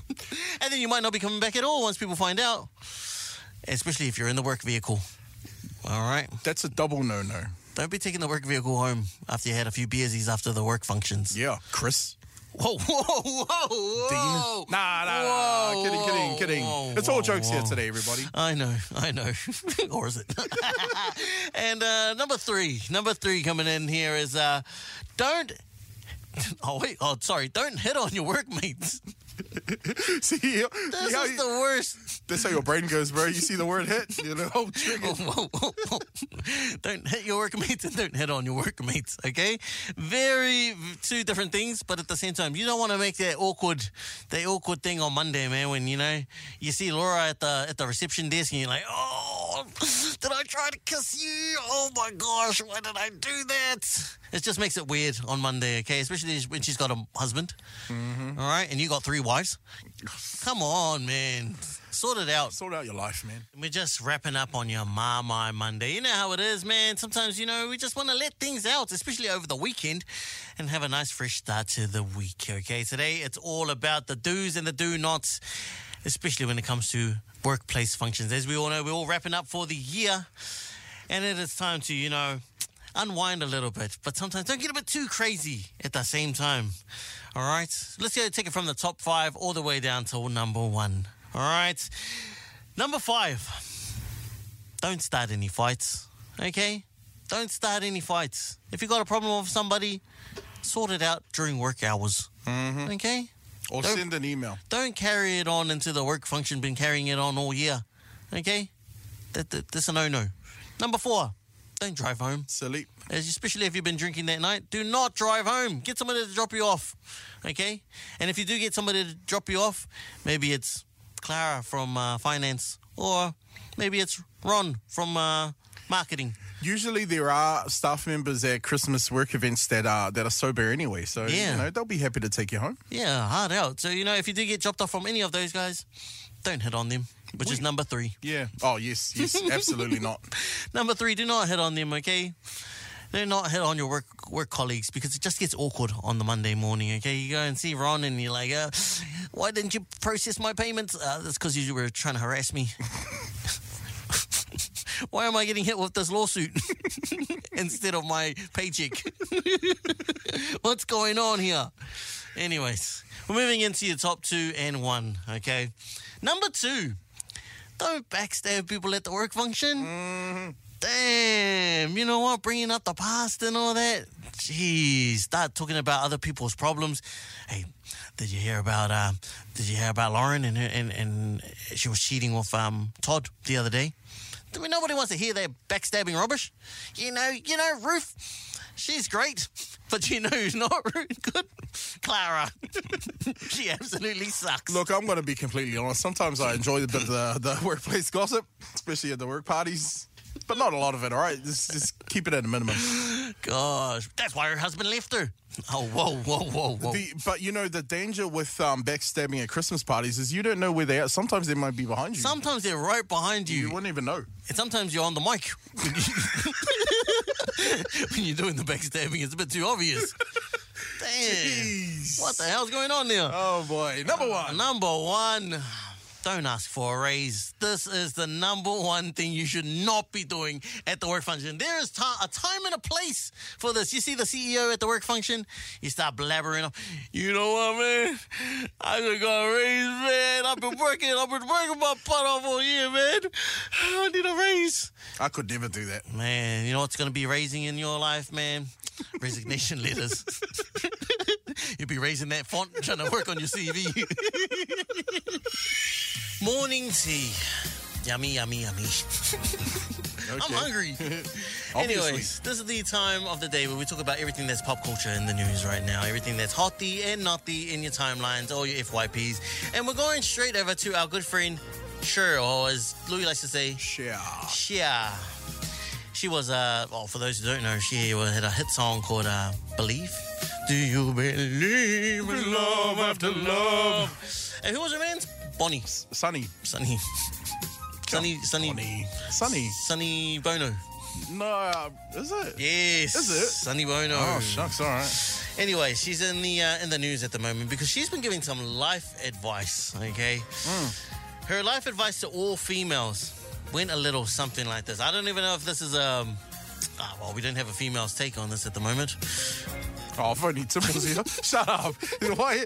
[SPEAKER 2] and then you might not be coming back at all once people find out. Especially if you're in the work vehicle. All right.
[SPEAKER 3] That's a double no no.
[SPEAKER 2] Don't be taking the work vehicle home after you had a few beersies after the work functions.
[SPEAKER 3] Yeah. Chris.
[SPEAKER 2] Whoa, [LAUGHS] whoa, whoa, whoa.
[SPEAKER 3] Nah, nah, nah, nah. Kidding, kidding, kidding.
[SPEAKER 2] whoa,
[SPEAKER 3] it's all
[SPEAKER 2] whoa,
[SPEAKER 3] jokes here
[SPEAKER 2] whoa.
[SPEAKER 3] today, everybody.
[SPEAKER 2] I know, I know. [LAUGHS] or is it? [LAUGHS] and uh, number three, number three coming in here is uh, don't. [LAUGHS] Oh wait, oh sorry, don't hit on your workmates.
[SPEAKER 3] [LAUGHS]
[SPEAKER 2] [LAUGHS]
[SPEAKER 3] [LAUGHS] See, yeah,
[SPEAKER 2] This
[SPEAKER 3] yeah,
[SPEAKER 2] is the worst.
[SPEAKER 3] That's how your brain goes, bro. You see the word hit, you know, [LAUGHS] oh,
[SPEAKER 2] [LAUGHS]
[SPEAKER 3] trigger.
[SPEAKER 2] Whoa, whoa, whoa. don't hit your workmates and don't hit on your workmates, okay? Very two different things, but at the same time, you don't want to make that awkward, that awkward thing on Monday, man. When you know you see Laura at the at the reception desk and you're like, oh, did I try to kiss you? Oh my gosh, why did I do that? It just makes it weird on Monday, okay? Especially when she's got a husband, all right, and you got three wives. Come on, man, sort it out.
[SPEAKER 3] Sort out your life, man.
[SPEAKER 2] We're just wrapping up on your Marmite Monday. You know how it is, man. Sometimes, you know, we just want to let things out, especially over the weekend, and have a nice fresh start to the week, okay? Today, it's all about the do's and the do nots, especially when it comes to workplace functions. As we all know, we're all wrapping up for the year, and it is time to, you know, unwind a little bit, but sometimes don't get a bit too crazy at the same time. All right? Let's go take it from the top five all the way down to number one. All right? Number five, don't start any fights. Okay? Don't start any fights. If you got a problem with somebody, sort it out during work hours. Okay?
[SPEAKER 3] Or
[SPEAKER 2] Don't-
[SPEAKER 3] send an email.
[SPEAKER 2] Don't carry it on into the work function, been carrying it on all year. Okay? That, that, that's a no no. Number four, don't drive home.
[SPEAKER 3] Silly.
[SPEAKER 2] As- especially if you've been drinking that night, do not drive home. Get somebody to drop you off, okay? And if you do get somebody to drop you off, maybe it's Clara from uh, finance, or maybe it's Ron from uh, marketing.
[SPEAKER 3] Usually there are staff members at Christmas work events that are that are sober anyway, so
[SPEAKER 2] Yeah.
[SPEAKER 3] you know they'll be happy to take you home.
[SPEAKER 2] Yeah, hard out. So you know, if you do get dropped off from any of those guys, don't hit on them, which is number three.
[SPEAKER 3] Yeah. Oh yes, yes, absolutely not.
[SPEAKER 2] Number three, do not hit on them, okay? Do not hit on your work work colleagues because it just gets awkward on the Monday morning, okay? You go and see Ron and you're like, uh, why didn't you process my payments? Uh, that's because you were trying to harass me. [LAUGHS] why am I getting hit with this lawsuit [LAUGHS] instead of my paycheck? [LAUGHS] What's going on here? Anyways, we're moving into your top two and one, okay? Number two, don't backstab people at the work function. Damn, you know what? Bringing up the past and all that. Jeez, start talking about other people's problems. Hey, did you hear about um? Did you hear about Lauren and her, and and she was cheating with um Todd the other day? I mean, nobody wants to hear that backstabbing rubbish. You know, you know, Ruth, she's great, but you know who's not [LAUGHS] good? Clara. [LAUGHS] she absolutely sucks.
[SPEAKER 3] Look, I'm going to be completely honest. Sometimes I enjoy a bit of the, the [LAUGHS] workplace gossip, especially at the work parties, but not a lot of it. All right, just, just keep it at
[SPEAKER 2] [LAUGHS]
[SPEAKER 3] a minimum.
[SPEAKER 2] Gosh, that's why her husband left her. Oh, whoa, whoa, whoa, whoa.
[SPEAKER 3] The, but you know the danger with um, backstabbing at Christmas parties is you don't know where they are. Sometimes they might be behind you.
[SPEAKER 2] Sometimes they're right behind
[SPEAKER 3] you
[SPEAKER 2] you,
[SPEAKER 3] wouldn't even know.
[SPEAKER 2] and sometimes you're on the mic. [LAUGHS] When, you, when you're doing the backstabbing, it's a bit too obvious. Damn. What the hell's going on there?
[SPEAKER 3] Oh boy, number one.
[SPEAKER 2] Number one, Don't ask for a raise. This is the number one thing you should not be doing at the work function. There is ti- a time and a place for this. You see the CEO at the work function, you start blabbering up. You know what, man? I just got a raise, man. I've been working, I've been working my butt off all year, man. I need a raise.
[SPEAKER 3] I could never do that.
[SPEAKER 2] Man, you know what's going to be raising in your life, man?
[SPEAKER 3] [LAUGHS]
[SPEAKER 2] Resignation letters. You'll be raising that font, trying to work on your CV.
[SPEAKER 3] [LAUGHS]
[SPEAKER 2] Morning tea. Yummy, yummy, yummy. I'm
[SPEAKER 3] Okay.
[SPEAKER 2] hungry.
[SPEAKER 3] [LAUGHS] Obviously.
[SPEAKER 2] Anyways, this is the time of the day where we talk about everything that's pop culture in the news right now, everything that's hotty and noty in your timelines or your FYPs. And we're going straight over to our good friend, Sure, or as Louis likes to say,
[SPEAKER 3] Yeah.
[SPEAKER 2] Shia. She was, uh, well, for those who don't know, she was- had a hit song called uh, Believe. Do you believe in love after love? And who was her man? Bonnie.
[SPEAKER 3] Sunny.
[SPEAKER 2] Sunny. Sunny, Sunny.
[SPEAKER 3] Sunny. Sunny.
[SPEAKER 2] Sunny Bono.
[SPEAKER 3] No, uh, is it?
[SPEAKER 2] Yes.
[SPEAKER 3] Is it?
[SPEAKER 2] Sunny Bono.
[SPEAKER 3] Oh, shucks. All right.
[SPEAKER 2] Anyway, she's in the uh, in the news at the moment because she's been giving some life advice. Okay,
[SPEAKER 3] Hmm.
[SPEAKER 2] her life advice to all females went a little something like this. I don't even know if this is um. ah, well, we don't have a female's take on this at the moment.
[SPEAKER 3] Oh, I've only Timbers
[SPEAKER 2] [LAUGHS]
[SPEAKER 3] here. Shut up. Why?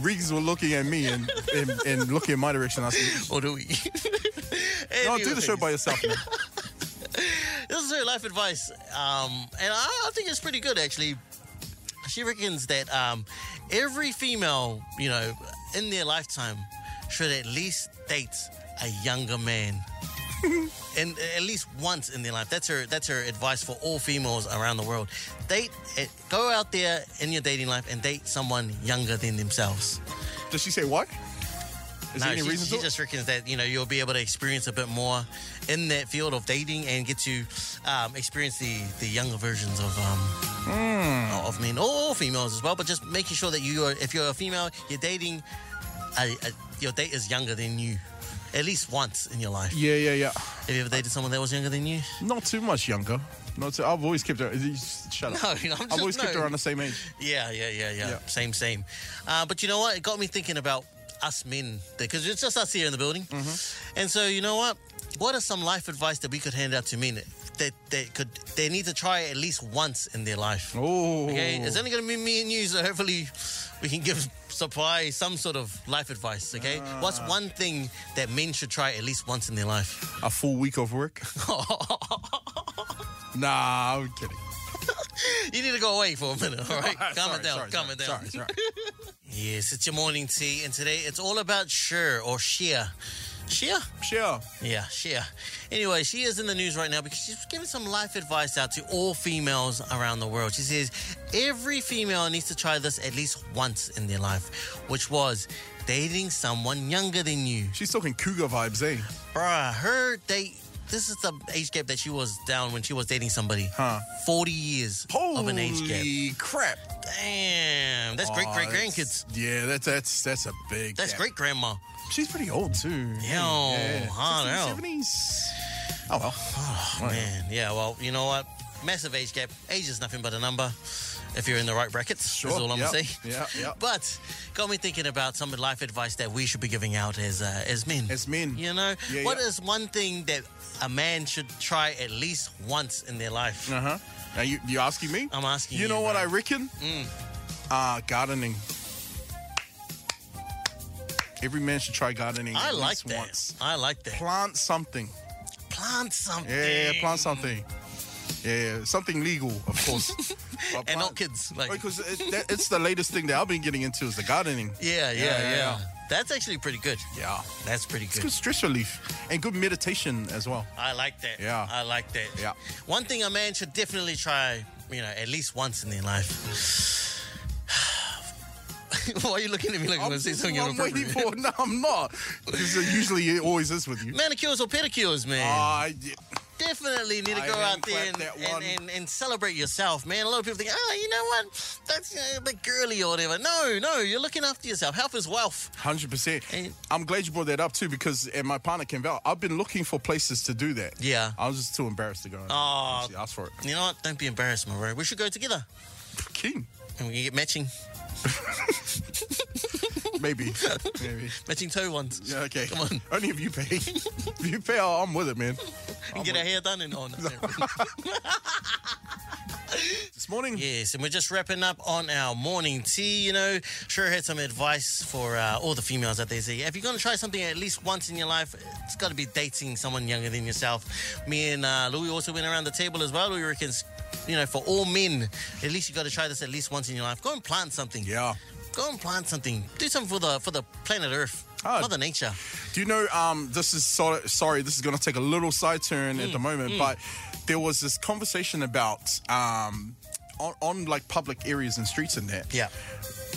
[SPEAKER 3] Riggs were looking at me and, and, and looking in my direction. I said,
[SPEAKER 2] Or do we? [LAUGHS]
[SPEAKER 3] no, do the show by yourself. man.
[SPEAKER 2] This is her life advice, um, and I, I think it's pretty good actually. She reckons that um, every female, you know, in their lifetime, should at least date a younger man, and at least once in their life. That's her. That's her advice for all females around the world. Date, eh, go out there in your dating life and date someone younger than themselves.
[SPEAKER 3] Does she say why? Is there any
[SPEAKER 2] she,
[SPEAKER 3] reason
[SPEAKER 2] she
[SPEAKER 3] to it?
[SPEAKER 2] just reckons that you know you'll be able to experience a bit more in that field of dating and get to um, experience the the younger versions of um,
[SPEAKER 3] Hmm.
[SPEAKER 2] of men or females as well. But just making sure that you are, if you're a female, you're dating, a, a, your date is younger than you. At least once in your life.
[SPEAKER 3] Yeah, yeah, yeah.
[SPEAKER 2] Have you ever dated someone that was younger than you?
[SPEAKER 3] Not too much younger. Not too, I've always kept her. Shut up.
[SPEAKER 2] No, I'm just-
[SPEAKER 3] I've always kept
[SPEAKER 2] no.
[SPEAKER 3] her around the same age.
[SPEAKER 2] Yeah, yeah, yeah, yeah.
[SPEAKER 3] Yeah.
[SPEAKER 2] Same, same. Uh, but you know what? It got me thinking about us men because it's just us here in the building.
[SPEAKER 3] Mm-hmm.
[SPEAKER 2] And so you know what? What are some life advice that we could hand out to men that they could they need to try at least once in their life?
[SPEAKER 3] Oh.
[SPEAKER 2] Okay, it's only going to be me and you, so hopefully we can give supply some sort of life advice. Okay,
[SPEAKER 3] Ah.
[SPEAKER 2] what's one thing that men should try at least once in their life?
[SPEAKER 3] Oh, A full week of
[SPEAKER 2] [LAUGHS]
[SPEAKER 3] work. nah, I'm kidding. Ah,
[SPEAKER 2] You need to go away for a minute. All right, calm
[SPEAKER 3] [LAUGHS] Sorry,
[SPEAKER 2] it down,
[SPEAKER 3] sorry,
[SPEAKER 2] calm
[SPEAKER 3] sorry,
[SPEAKER 2] it down.
[SPEAKER 3] Sorry, sorry.
[SPEAKER 2] Yes, it's your morning tea, and today it's all about Cher or Shia. Shia?
[SPEAKER 3] Sure.
[SPEAKER 2] Yeah, Shia. Anyway, she is in the news right now because she's giving some life advice out to all females around the world. She says every female needs to try this at least once in their life, which was dating someone younger than you.
[SPEAKER 3] She's talking cougar vibes, eh?
[SPEAKER 2] Bruh, her date. This is the age gap that she was down when she was dating somebody.
[SPEAKER 3] Huh.
[SPEAKER 2] 40 years of an age gap.
[SPEAKER 3] Holy crap.
[SPEAKER 2] Damn. That's great
[SPEAKER 3] Oh,
[SPEAKER 2] great
[SPEAKER 3] that's-
[SPEAKER 2] grandkids.
[SPEAKER 3] Yeah, that's that's that's a big.
[SPEAKER 2] That's
[SPEAKER 3] gap.
[SPEAKER 2] great grandma.
[SPEAKER 3] She's pretty old too.
[SPEAKER 2] Yeah, I know.
[SPEAKER 3] Seventies.
[SPEAKER 2] [SIGHS]
[SPEAKER 3] Oh well. Right.
[SPEAKER 2] Man, yeah, well, you know what? Massive age gap. Age is nothing but a number if you're in the right brackets.
[SPEAKER 3] Sure,
[SPEAKER 2] That's all I'm going
[SPEAKER 3] yep,
[SPEAKER 2] to say.
[SPEAKER 3] yeah, yeah.
[SPEAKER 2] [LAUGHS] But got me thinking about some life advice that we should be giving out as uh, as men.
[SPEAKER 3] As men.
[SPEAKER 2] You know, what
[SPEAKER 3] Yeah,
[SPEAKER 2] is
[SPEAKER 3] yeah.
[SPEAKER 2] one thing that a man should try at least once in their life?
[SPEAKER 3] Uh huh. Are you you asking me?
[SPEAKER 2] I'm asking
[SPEAKER 3] You
[SPEAKER 2] you,
[SPEAKER 3] know what
[SPEAKER 2] bro. Mm.
[SPEAKER 3] I reckon? Uh gardening. Every man should try gardening.
[SPEAKER 2] I
[SPEAKER 3] at
[SPEAKER 2] like
[SPEAKER 3] least
[SPEAKER 2] that.
[SPEAKER 3] Once.
[SPEAKER 2] I like that.
[SPEAKER 3] Plant something.
[SPEAKER 2] Plant something.
[SPEAKER 3] Yeah, yeah, plant something. Yeah, yeah, something legal,
[SPEAKER 2] [LAUGHS]
[SPEAKER 3] of course. But
[SPEAKER 2] And not
[SPEAKER 3] plant-
[SPEAKER 2] kids. Like,
[SPEAKER 3] [LAUGHS] Because it, that, it's the latest thing that I've been getting into is the gardening.
[SPEAKER 2] yeah, yeah, yeah,
[SPEAKER 3] yeah, yeah.
[SPEAKER 2] That's actually pretty good.
[SPEAKER 3] Yeah.
[SPEAKER 2] That's pretty
[SPEAKER 3] It's good stress relief and good meditation as well.
[SPEAKER 2] I like that.
[SPEAKER 3] Yeah.
[SPEAKER 2] I like that.
[SPEAKER 3] Yeah.
[SPEAKER 2] One thing a man should definitely try, you know, at least once in their life. [SIGHS] Why are you looking at me like I'm going to say something
[SPEAKER 3] I'm waiting
[SPEAKER 2] inappropriate?
[SPEAKER 3] for. No, I'm not. Because it usually it always is with you.
[SPEAKER 2] Manicures or pedicures, man.
[SPEAKER 3] Ah, yeah.
[SPEAKER 2] definitely need to
[SPEAKER 3] I
[SPEAKER 2] go
[SPEAKER 3] hand
[SPEAKER 2] out there and,
[SPEAKER 3] clapped that
[SPEAKER 2] and,
[SPEAKER 3] one.
[SPEAKER 2] and, and celebrate yourself, man. A lot of people think, oh, you know what? That's you know, a bit girly or whatever. No, no, you're looking after yourself. Health is wealth.
[SPEAKER 3] Hundred percent.
[SPEAKER 2] And-
[SPEAKER 3] I'm glad you brought that up too, because and my partner came out. I've been looking for places to do that.
[SPEAKER 2] Yeah.
[SPEAKER 3] I was just too embarrassed to go. and
[SPEAKER 2] Aw.
[SPEAKER 3] actually ask for it.
[SPEAKER 2] You know what? Don't be embarrassed, my bro. We should go together
[SPEAKER 3] King.
[SPEAKER 2] and we can get matching. [LAUGHS]
[SPEAKER 3] Maybe. Maybe.
[SPEAKER 2] Matching toe ones.
[SPEAKER 3] Yeah, okay.
[SPEAKER 2] Come on.
[SPEAKER 3] Only if you pay. if you pay, oh, I'm with it, man.
[SPEAKER 2] And get our hair done
[SPEAKER 3] [LAUGHS]
[SPEAKER 2] and on.
[SPEAKER 3] This morning,
[SPEAKER 2] Yes, and we're just wrapping up on our morning tea. You know, sure had some advice for uh, all the females out there. Say, if you're going to try something at least once in your life, it's got to be dating someone younger than yourself. Me and uh, Louis also went around the table as well. We reckons, you know, for all men, at least you got to try this at least once in your life. Go and plant something.
[SPEAKER 3] yeah.
[SPEAKER 2] Go and plant something. Do something for the for the planet Earth,
[SPEAKER 3] Oh.
[SPEAKER 2] Mother Nature.
[SPEAKER 3] Do you know? Um, this is so, sorry. This is going to take a little side turn at the
[SPEAKER 2] Mm,
[SPEAKER 3] moment, but there was this conversation about um, on, on like public areas and streets and that.
[SPEAKER 2] Yeah.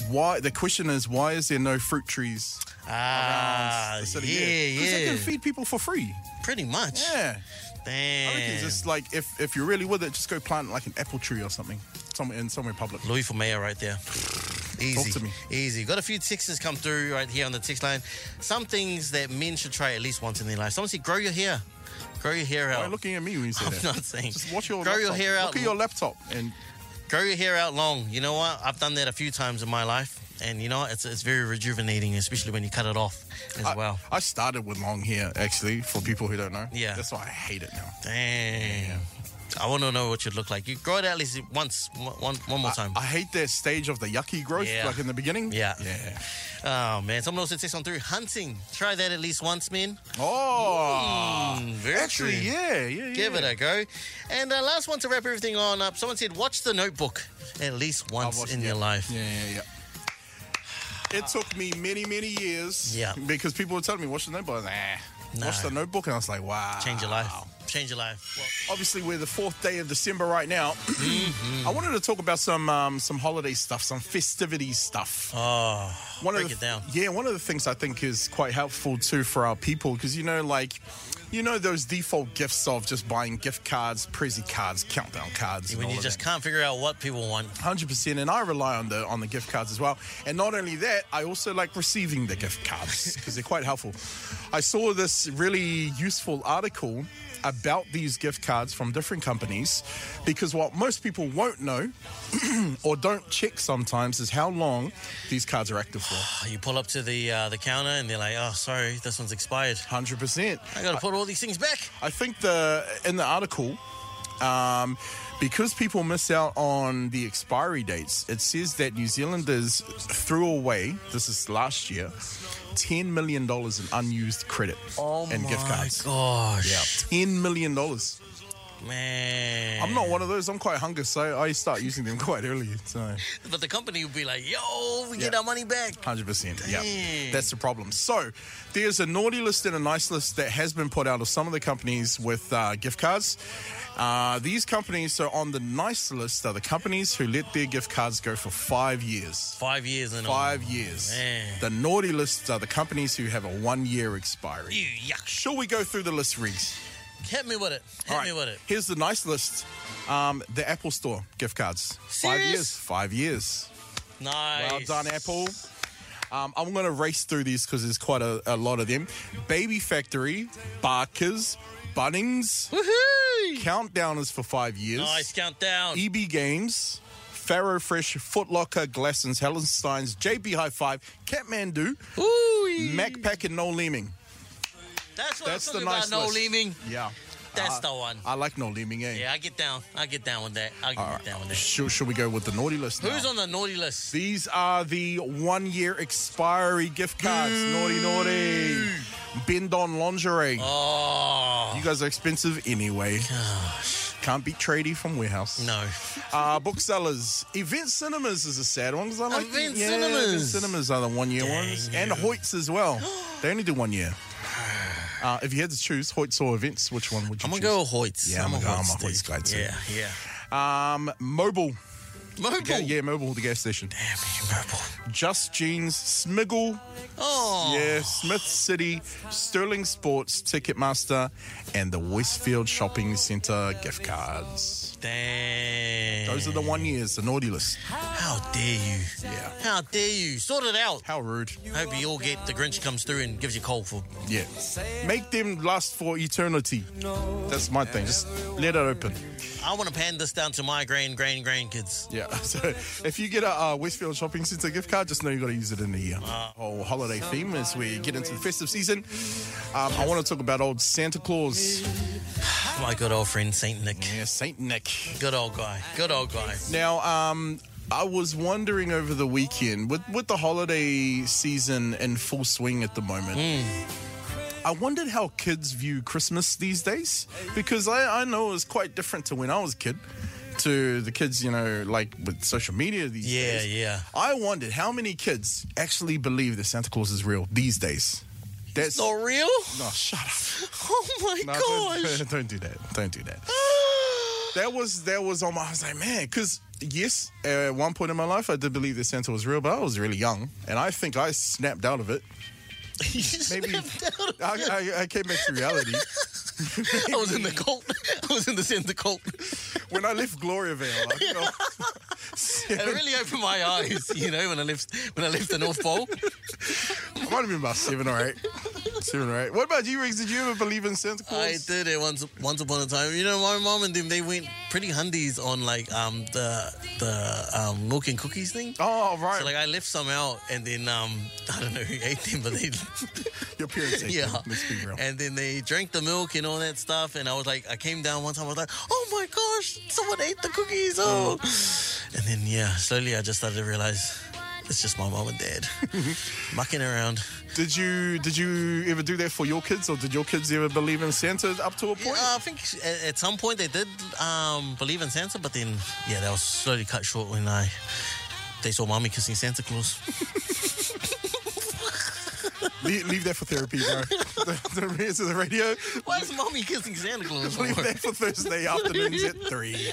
[SPEAKER 3] Why the question is why is there no fruit trees?
[SPEAKER 2] Ah,
[SPEAKER 3] the
[SPEAKER 2] yeah,
[SPEAKER 3] city here? 'Cause They
[SPEAKER 2] yeah.
[SPEAKER 3] can feed people for free.
[SPEAKER 2] Pretty much.
[SPEAKER 3] Yeah. I reckon
[SPEAKER 2] Damn.
[SPEAKER 3] just like if if you're really with it, just go plant like an apple tree or something somewhere in somewhere public.
[SPEAKER 2] Louis for mayor right there. Easy.
[SPEAKER 3] to me.
[SPEAKER 2] Easy. Got a few texts come through right here on the text line. Some things that men should try at least once in their life. Someone said, grow your hair. Grow your hair
[SPEAKER 3] Why are
[SPEAKER 2] out.
[SPEAKER 3] you looking at me when you say
[SPEAKER 2] Oh. I'm
[SPEAKER 3] that?
[SPEAKER 2] not saying.
[SPEAKER 3] Just watch your
[SPEAKER 2] grow
[SPEAKER 3] laptop.
[SPEAKER 2] your hair out.
[SPEAKER 3] Look at your laptop and
[SPEAKER 2] grow your hair out long. You know what? I've done that a few times in my life. And you know what? It's, it's very rejuvenating, especially when you cut it off as
[SPEAKER 3] I,
[SPEAKER 2] well.
[SPEAKER 3] I started with long hair actually for people who don't know.
[SPEAKER 2] Yeah.
[SPEAKER 3] That's why I hate it now.
[SPEAKER 2] Damn. I want to know what you'd look like. You grow it out at least once, one, one one more time.
[SPEAKER 3] I, I hate that stage of the yucky growth,
[SPEAKER 2] Yeah.
[SPEAKER 3] like in the beginning.
[SPEAKER 2] Yeah.
[SPEAKER 3] Yeah.
[SPEAKER 2] oh, man. Someone also texts on through hunting. Try that at least once, men.
[SPEAKER 3] Oh.
[SPEAKER 2] Mm, very
[SPEAKER 3] Actually,
[SPEAKER 2] true.
[SPEAKER 3] yeah, yeah, yeah.
[SPEAKER 2] Give it a go. And uh, last one to wrap everything on up. Someone said, watch The Notebook at least
[SPEAKER 3] I've
[SPEAKER 2] once
[SPEAKER 3] watched
[SPEAKER 2] in
[SPEAKER 3] it.
[SPEAKER 2] your life.
[SPEAKER 3] Yeah, yeah, yeah. It took me many, many years.
[SPEAKER 2] Yeah.
[SPEAKER 3] Because people were telling me, watch the notebook. Nah.
[SPEAKER 2] No.
[SPEAKER 3] Watch the notebook. And I was like, wow.
[SPEAKER 2] Change your life. Change your life.
[SPEAKER 3] Obviously, we're the fourth day of December right now. [CLEARS THROAT]
[SPEAKER 2] Mm-hmm.
[SPEAKER 3] I wanted to talk about some um, some holiday stuff, some festivity stuff.
[SPEAKER 2] Oh,
[SPEAKER 3] one
[SPEAKER 2] Break
[SPEAKER 3] of the,
[SPEAKER 2] it down.
[SPEAKER 3] Yeah, one of the things I think is quite helpful too for our people because you know, like, you know those default gifts of just buying gift cards, prezi cards, countdown cards. and
[SPEAKER 2] when
[SPEAKER 3] all
[SPEAKER 2] you
[SPEAKER 3] of
[SPEAKER 2] just
[SPEAKER 3] that.
[SPEAKER 2] can't figure out what people want. [SIGHS]
[SPEAKER 3] Hundred percent, and I rely on the on the gift cards as well. And not only that, I also like receiving the gift cards because they're quite helpful. I saw this really useful article about these gift cards from different companies because what most people won't know [CLEARS THROAT] or don't check sometimes is how long these cards are active for.
[SPEAKER 2] Oh, you pull up to the uh, the counter and they're like, oh, sorry, this one's expired.
[SPEAKER 3] Hundred percent.
[SPEAKER 2] I got to put all these things back.
[SPEAKER 3] I think the in the article, um, because people miss out on the expiry dates, it says that New Zealanders threw away. This is last year, ten million dollars in unused credit and gift cards.
[SPEAKER 2] gosh.
[SPEAKER 3] Ten million dollars.
[SPEAKER 2] Man.
[SPEAKER 3] I'm not one of those. I'm quite hungry, so I start using them [LAUGHS] quite early. So.
[SPEAKER 2] But the company would be like, yo, we get
[SPEAKER 3] Yeah.
[SPEAKER 2] our money back.
[SPEAKER 3] Hundred percent. Yeah,
[SPEAKER 2] Dang.
[SPEAKER 3] that's the problem. So there's a naughty list and a nice list that has been put out of some of the companies with uh, gift cards. Uh, these companies, so on the nice list, are the companies who let their gift cards go for five years.
[SPEAKER 2] Five years and
[SPEAKER 3] Five years.
[SPEAKER 2] Oh, man.
[SPEAKER 3] The naughty list are the companies who have a one-year expiry.
[SPEAKER 2] You yuck.
[SPEAKER 3] Shall we go through the list, Riggs?
[SPEAKER 2] Hit me with it. Hit
[SPEAKER 3] All right.
[SPEAKER 2] me with it.
[SPEAKER 3] Here's the nice list. Um, the Apple Store gift cards. Five
[SPEAKER 2] Serious?
[SPEAKER 3] years. Five years.
[SPEAKER 2] Nice.
[SPEAKER 3] Well done, Apple. Um, I'm going to race through these because there's quite a, a lot of them. Baby Factory, Barkers, Bunnings,
[SPEAKER 2] Woohoo!
[SPEAKER 3] Countdown is for five years.
[SPEAKER 2] Nice countdown.
[SPEAKER 3] EB Games, Faro Fresh, Footlocker, Glassons, Helen Steins, JB High Five, Catmandu,
[SPEAKER 2] Ooh,
[SPEAKER 3] Macpac, and No Leeming.
[SPEAKER 2] that's what
[SPEAKER 3] That's
[SPEAKER 2] I'm
[SPEAKER 3] the
[SPEAKER 2] talking
[SPEAKER 3] nice
[SPEAKER 2] about. No
[SPEAKER 3] list.
[SPEAKER 2] leaving.
[SPEAKER 3] Yeah.
[SPEAKER 2] That's
[SPEAKER 3] Uh,
[SPEAKER 2] the one.
[SPEAKER 3] I like No Leeming, eh?
[SPEAKER 2] yeah, I get down. I get down with that. I get down with that.
[SPEAKER 3] Should, should we go with the naughty list?
[SPEAKER 2] Who's
[SPEAKER 3] now?
[SPEAKER 2] on the naughty list?
[SPEAKER 3] These are the one year expiry gift cards. Naughty, naughty. Bend on lingerie.
[SPEAKER 2] Oh,
[SPEAKER 3] You guys are expensive anyway. Can't beat tradie from warehouse.
[SPEAKER 2] no.
[SPEAKER 3] Uh, booksellers. Event cinemas is a sad one because I like
[SPEAKER 2] Event
[SPEAKER 3] yeah,
[SPEAKER 2] cinemas.
[SPEAKER 3] Event cinemas are the one year
[SPEAKER 2] Dang
[SPEAKER 3] ones, and Hoyts
[SPEAKER 2] [GASPS]
[SPEAKER 3] as well. They only do one year. Uh, if you had to choose Hoyts or events, which one would you
[SPEAKER 2] I'm gonna
[SPEAKER 3] choose?
[SPEAKER 2] go Hoyts.
[SPEAKER 3] Yeah, I'm
[SPEAKER 2] a
[SPEAKER 3] gonna go- I'm a
[SPEAKER 2] dude.
[SPEAKER 3] Hoyts guy too.
[SPEAKER 2] Yeah, yeah.
[SPEAKER 3] Um, mobile.
[SPEAKER 2] Mobile.
[SPEAKER 3] Ga- yeah, mobile. The gas station.
[SPEAKER 2] Damn you, Mobile.
[SPEAKER 3] Just Jeans. Smiggle.
[SPEAKER 2] Oh,
[SPEAKER 3] Yeah. Smith City. Sterling Sports. Ticketmaster, and the Westfield Shopping Centre gift cards.
[SPEAKER 2] damn.
[SPEAKER 3] Those are the one years, the naughty list.
[SPEAKER 2] How dare you?
[SPEAKER 3] Yeah.
[SPEAKER 2] How dare you? Sort it out.
[SPEAKER 3] How rude.
[SPEAKER 2] Hope you all get the Grinch comes through and gives you cold for.
[SPEAKER 3] Yeah. Make them last for eternity. That's my thing. Just let it open.
[SPEAKER 2] I want to pan this down to my grand, grand, grandkids.
[SPEAKER 3] Yeah. Yeah. [LAUGHS] So if you get a uh, Westfield Shopping Centre gift card, just know you got to use it in a year. Whole holiday theme as we get into the festive season. Um, I want to talk about old Santa Claus.
[SPEAKER 2] My good old friend Saint Nick.
[SPEAKER 3] Yeah, Saint Nick.
[SPEAKER 2] Good old guy. Good old guy.
[SPEAKER 3] Now, um, I was wondering over the weekend with with the holiday season in full swing at the moment.
[SPEAKER 2] Hmm.
[SPEAKER 3] I wondered how kids view Christmas these days because I, I know it's quite different to when I was a kid to the kids, you know, like with social media these
[SPEAKER 2] Yeah,
[SPEAKER 3] days.
[SPEAKER 2] yeah.
[SPEAKER 3] I wondered how many kids actually believe that Santa Claus is real these days. That's
[SPEAKER 2] Not real? [LAUGHS]
[SPEAKER 3] no, shut up.
[SPEAKER 2] Oh my
[SPEAKER 3] No,
[SPEAKER 2] gosh.
[SPEAKER 3] don't, [LAUGHS] don't do that.
[SPEAKER 2] [GASPS]
[SPEAKER 3] Don't do that. that was that was on my. I was like, man, because yes, at one point in my life, I did believe that Santa was real, but I was really young, and I think I snapped out
[SPEAKER 2] [LAUGHS]
[SPEAKER 3] of it.
[SPEAKER 2] You
[SPEAKER 3] Maybe
[SPEAKER 2] snapped out of
[SPEAKER 3] I, I, I came back to
[SPEAKER 2] [LAUGHS]
[SPEAKER 3] reality
[SPEAKER 2] I was
[SPEAKER 3] [LAUGHS]
[SPEAKER 2] in the cult. [LAUGHS] I was in the center cult.
[SPEAKER 3] when I left Gloria Vale. I, you know,
[SPEAKER 2] It really opened my eyes, you know, when I left when I left the North Pole.
[SPEAKER 3] I might have been about seven or eight. Seven or eight. What about you, Riggs? Did you ever believe in Santa Claus?
[SPEAKER 2] I did it once once upon a time. You know, my mom and them they went pretty hundies on like um the the um milk and cookies thing.
[SPEAKER 3] Oh right,
[SPEAKER 2] So like I left some out and then um [LAUGHS] I don't know who ate them but they
[SPEAKER 3] your parents. ate
[SPEAKER 2] yeah
[SPEAKER 3] them, Let's be real.
[SPEAKER 2] and then they drank the milk and all that stuff and I was like I came down one time I was like oh my gosh someone ate the cookies oh
[SPEAKER 3] Mm.
[SPEAKER 2] and then yeah slowly I just started to realize it's just my mom and
[SPEAKER 3] [LAUGHS]
[SPEAKER 2] dad mucking around
[SPEAKER 3] Did you did you ever do that for your kids, or did your kids ever believe in Santa up to a
[SPEAKER 2] Yeah,
[SPEAKER 3] point?
[SPEAKER 2] I think at, at some point they did um, believe in Santa, but then yeah, that was slowly cut short when I they saw mommy kissing Santa
[SPEAKER 3] [LAUGHS]
[SPEAKER 2] Claus.
[SPEAKER 3] Le- leave, that for therapy, bro. the, the rest of the radio.
[SPEAKER 2] Why is mommy kissing Santa Claus?
[SPEAKER 3] Leave that for Thursday afternoons at three.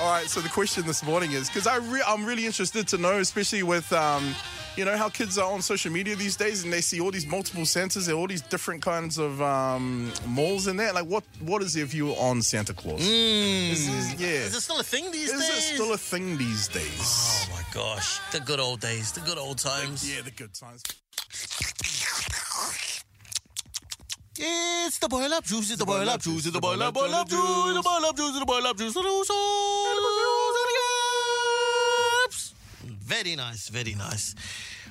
[SPEAKER 3] All right. So the question this morning is because I re- I'm really interested to know, especially with um, you know how kids are on social media these days, and they see all these multiple Santas and all these different kinds of um, malls and that. Like, what what is their view on Santa Claus? Is this- yeah.
[SPEAKER 2] Is it still a thing these
[SPEAKER 3] Is
[SPEAKER 2] days?
[SPEAKER 3] it still a thing these days?
[SPEAKER 2] oh my gosh, the good old days, the good old times.
[SPEAKER 3] Yeah, the good times.
[SPEAKER 2] It's the boil up juice, it's the boil up juice, it's the boil up, boil up juice,
[SPEAKER 3] juice.
[SPEAKER 2] the boil up juice, it's the boil up juice, the juice, the juice. Very nice, very nice.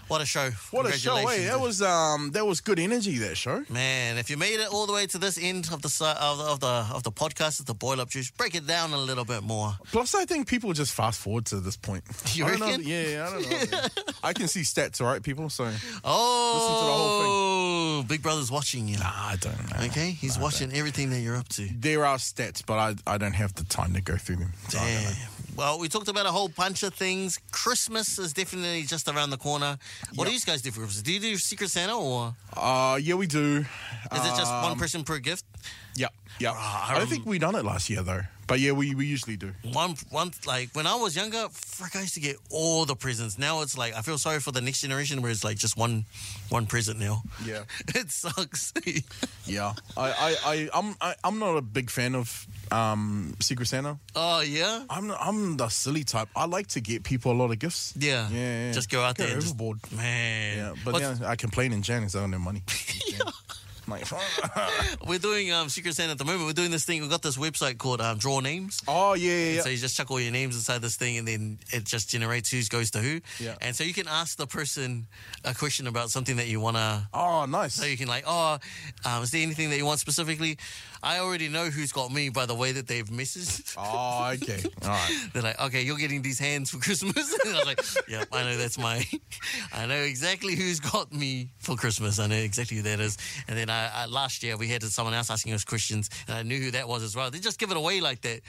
[SPEAKER 2] What a show. eh?
[SPEAKER 3] What a show! Hey,
[SPEAKER 2] Congratulations.
[SPEAKER 3] that was um, that was good energy. That show.
[SPEAKER 2] Man, if you made it all the way to this end of the si- of the of the, of the podcast, of the boil up juice, break it down a little bit more.
[SPEAKER 3] Plus, I think people just fast forward to this point.
[SPEAKER 2] [LAUGHS] You
[SPEAKER 3] I don't know-
[SPEAKER 2] reckon?
[SPEAKER 3] Yeah, I don't know.
[SPEAKER 2] [LAUGHS]
[SPEAKER 3] man. I can see stats, all right, people. So
[SPEAKER 2] Oh, Big Brother's watching you.
[SPEAKER 3] I don't know.
[SPEAKER 2] Okay, he's watching everything that you're up to.
[SPEAKER 3] There are stats, but I, I don't have the time to go through them. So I don't know.
[SPEAKER 2] Damn. Well, we talked about a whole bunch of things. Christmas is definitely just around the corner. What do you guys do for Christmas? Do you do Secret Santa or
[SPEAKER 3] Uh, yeah, we do.
[SPEAKER 2] is it Ah, just one
[SPEAKER 3] Um,
[SPEAKER 2] person per gift?
[SPEAKER 3] Yep, yep. I don't think we done it last year though. But yeah, we, we usually do.
[SPEAKER 2] one one like when I was younger, frick, I used to get all the presents. Now it's like I feel sorry for the next generation where it's like just one one present now.
[SPEAKER 3] Yeah.
[SPEAKER 2] [LAUGHS] it sucks. [LAUGHS]
[SPEAKER 3] Yeah, I I, I I'm I, I'm not a big fan of um Secret Santa.
[SPEAKER 2] oh yeah,
[SPEAKER 3] I'm I'm the silly type. I like to get people a lot of gifts.
[SPEAKER 2] yeah,
[SPEAKER 3] yeah. yeah.
[SPEAKER 2] Just go out there and just
[SPEAKER 3] overboard.
[SPEAKER 2] man.
[SPEAKER 3] Yeah, but
[SPEAKER 2] What's-
[SPEAKER 3] yeah, I complain in Jan is on
[SPEAKER 2] [LAUGHS]
[SPEAKER 3] their money. I'm like, [LAUGHS]
[SPEAKER 2] we're doing um, Secret Santa at the moment. We're doing this thing. We've got this website called um, Draw Names.
[SPEAKER 3] oh yeah, yeah,
[SPEAKER 2] So
[SPEAKER 3] yeah.
[SPEAKER 2] you just chuck all your names inside this thing, and then it just generates who goes to who.
[SPEAKER 3] Yeah.
[SPEAKER 2] And so you can ask the person a question about something that you wanna
[SPEAKER 3] Oh, nice.
[SPEAKER 2] So you can like, oh, um, is there anything that you want specifically? I already know who's got me by the way that they've messaged.
[SPEAKER 3] Oh,
[SPEAKER 2] [LAUGHS]
[SPEAKER 3] okay. All right.
[SPEAKER 2] They're like, okay, you're getting these hands for [LAUGHS] Christmas. and I was like, yep, I know that's my, [LAUGHS] I know exactly who's got me for Christmas. I know exactly who that is. And then I, I last year we had someone else asking us questions, and I knew who that was as well. They just give it away like that.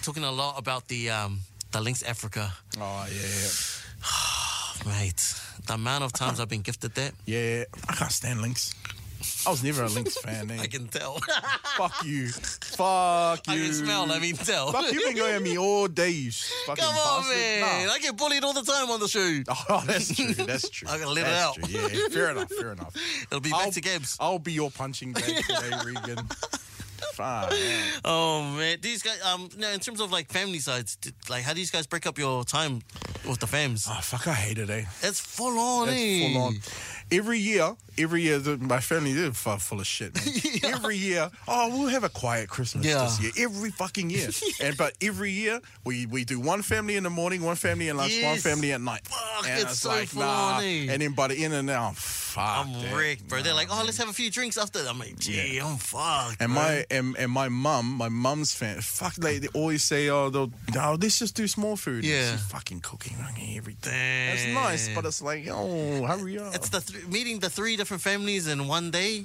[SPEAKER 2] Talking a lot about the um, the Links Africa,
[SPEAKER 3] Oh yeah,
[SPEAKER 2] mate. The amount of times I've been gifted that,
[SPEAKER 3] yeah. Yeah, I can't stand links. I was never
[SPEAKER 2] [LAUGHS]
[SPEAKER 3] a links fan. Eh?
[SPEAKER 2] I can tell. [LAUGHS]
[SPEAKER 3] Fuck you. Fuck you.
[SPEAKER 2] I can smell. I mean, tell.
[SPEAKER 3] Fuck
[SPEAKER 2] [LAUGHS]
[SPEAKER 3] you've been going at me all day. You fucking
[SPEAKER 2] Come on,
[SPEAKER 3] bastard.
[SPEAKER 2] man.
[SPEAKER 3] Nah.
[SPEAKER 2] I get bullied all the time on the show.
[SPEAKER 3] [LAUGHS] Oh, that's true. That's true.
[SPEAKER 2] I gotta let it
[SPEAKER 3] That's
[SPEAKER 2] out.
[SPEAKER 3] true. Yeah, fair enough. Fair enough.
[SPEAKER 2] It'll [LAUGHS] be back to Gibbs.
[SPEAKER 3] I'll be your punching
[SPEAKER 2] [LAUGHS]
[SPEAKER 3] bag today, Regan. Fuck. man.
[SPEAKER 2] Oh man, these guys. Um, no, in terms of like family sides, d- like how do you guys break up your time with the fams?
[SPEAKER 3] Oh, fuck, I hate it, eh?
[SPEAKER 2] It's full on.
[SPEAKER 3] Uh, That's
[SPEAKER 2] eh?
[SPEAKER 3] full on. Every year, every year, the, my family they're fu- full of shit.
[SPEAKER 2] [LAUGHS]
[SPEAKER 3] Man. Every year, oh, we'll have a quiet Christmas
[SPEAKER 2] Yeah.
[SPEAKER 3] this year. Every
[SPEAKER 2] [LAUGHS]
[SPEAKER 3] fucking year, and but every year we we do one family in the morning, one family in lunch, one
[SPEAKER 2] Yes.
[SPEAKER 3] family at night.
[SPEAKER 2] Fuck,
[SPEAKER 3] and
[SPEAKER 2] it's so
[SPEAKER 3] like, nah.
[SPEAKER 2] funny.
[SPEAKER 3] And then by the end of the now, fuck,
[SPEAKER 2] I'm
[SPEAKER 3] that.
[SPEAKER 2] wrecked, bro. They're like, oh, let's have a few drinks after. I'm like, gee, I'm fucked.
[SPEAKER 3] And
[SPEAKER 2] bro.
[SPEAKER 3] my and, and my mum, my mum's fan, fuck, they, they always say, oh, they'll, oh, let's just do small food. And
[SPEAKER 2] Yeah.
[SPEAKER 3] she's fucking cooking like, everything.
[SPEAKER 2] Damn.
[SPEAKER 3] It's nice, but it's like, oh, hurry up.
[SPEAKER 2] It's the th- meeting the three different families in one day,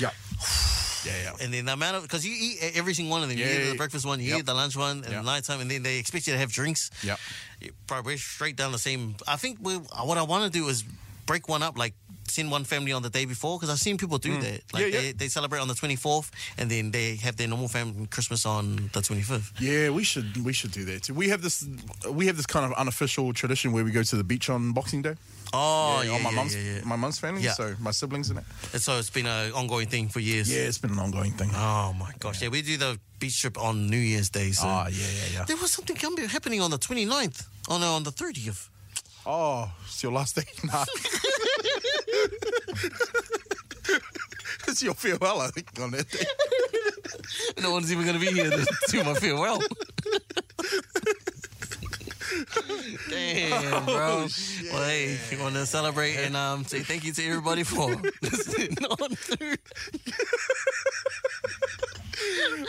[SPEAKER 3] yeah, [SIGHS] yeah, yeah.
[SPEAKER 2] and then the amount of because you eat e- every single one of them. You
[SPEAKER 3] Yeah.
[SPEAKER 2] eat the breakfast one, you
[SPEAKER 3] Yep.
[SPEAKER 2] eat the lunch one, and
[SPEAKER 3] Yep.
[SPEAKER 2] the night time, and then they expect you to have drinks.
[SPEAKER 3] Yeah.
[SPEAKER 2] You- Bro, we're straight down the same. I think we, what I want to do is break one up, like send one family on the day before, because I've seen people do that. Like
[SPEAKER 3] Mm. Yeah, yeah.
[SPEAKER 2] They, they celebrate on the 24th, and then they have their normal family Christmas on the 25th.
[SPEAKER 3] Yeah, we should we should do that too. We have this we have this kind of unofficial tradition where we go to the beach on Boxing Day.
[SPEAKER 2] Oh, yeah,
[SPEAKER 3] on my
[SPEAKER 2] yeah,
[SPEAKER 3] mum's
[SPEAKER 2] yeah, yeah.
[SPEAKER 3] my mum's family,
[SPEAKER 2] Yeah.
[SPEAKER 3] so my siblings and that.
[SPEAKER 2] And so it's been an ongoing thing for years.
[SPEAKER 3] Yeah, it's been an ongoing thing.
[SPEAKER 2] Oh my gosh. Yeah, we do the beach trip on New Year's Day. So.
[SPEAKER 3] Ah, yeah, yeah, yeah.
[SPEAKER 2] There was something com- happening on the 29th. Oh no, on the 30th.
[SPEAKER 3] Oh, it's your last day. [LAUGHS] Nah. it's your farewell, I think, on that day.
[SPEAKER 2] No one's even going to be here to do my farewell.
[SPEAKER 3] Oh,
[SPEAKER 2] Damn, bro. well, hey, you want to celebrate and um, say thank you to everybody
[SPEAKER 3] [LAUGHS]
[SPEAKER 2] for listening on through.
[SPEAKER 3] [LAUGHS]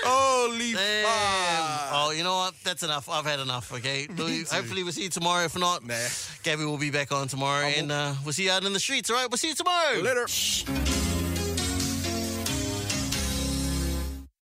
[SPEAKER 3] Holy
[SPEAKER 2] Damn.
[SPEAKER 3] fuck.
[SPEAKER 2] Oh, you know what? That's enough. I've had enough,
[SPEAKER 3] [LAUGHS]
[SPEAKER 2] okay? We-
[SPEAKER 3] Ah. too.
[SPEAKER 2] Hopefully we'll see you tomorrow. If not,
[SPEAKER 3] Nah.
[SPEAKER 2] Gabby will be back on tomorrow and uh, we'll see you out in the streets, all right? We'll see you tomorrow.
[SPEAKER 3] Later.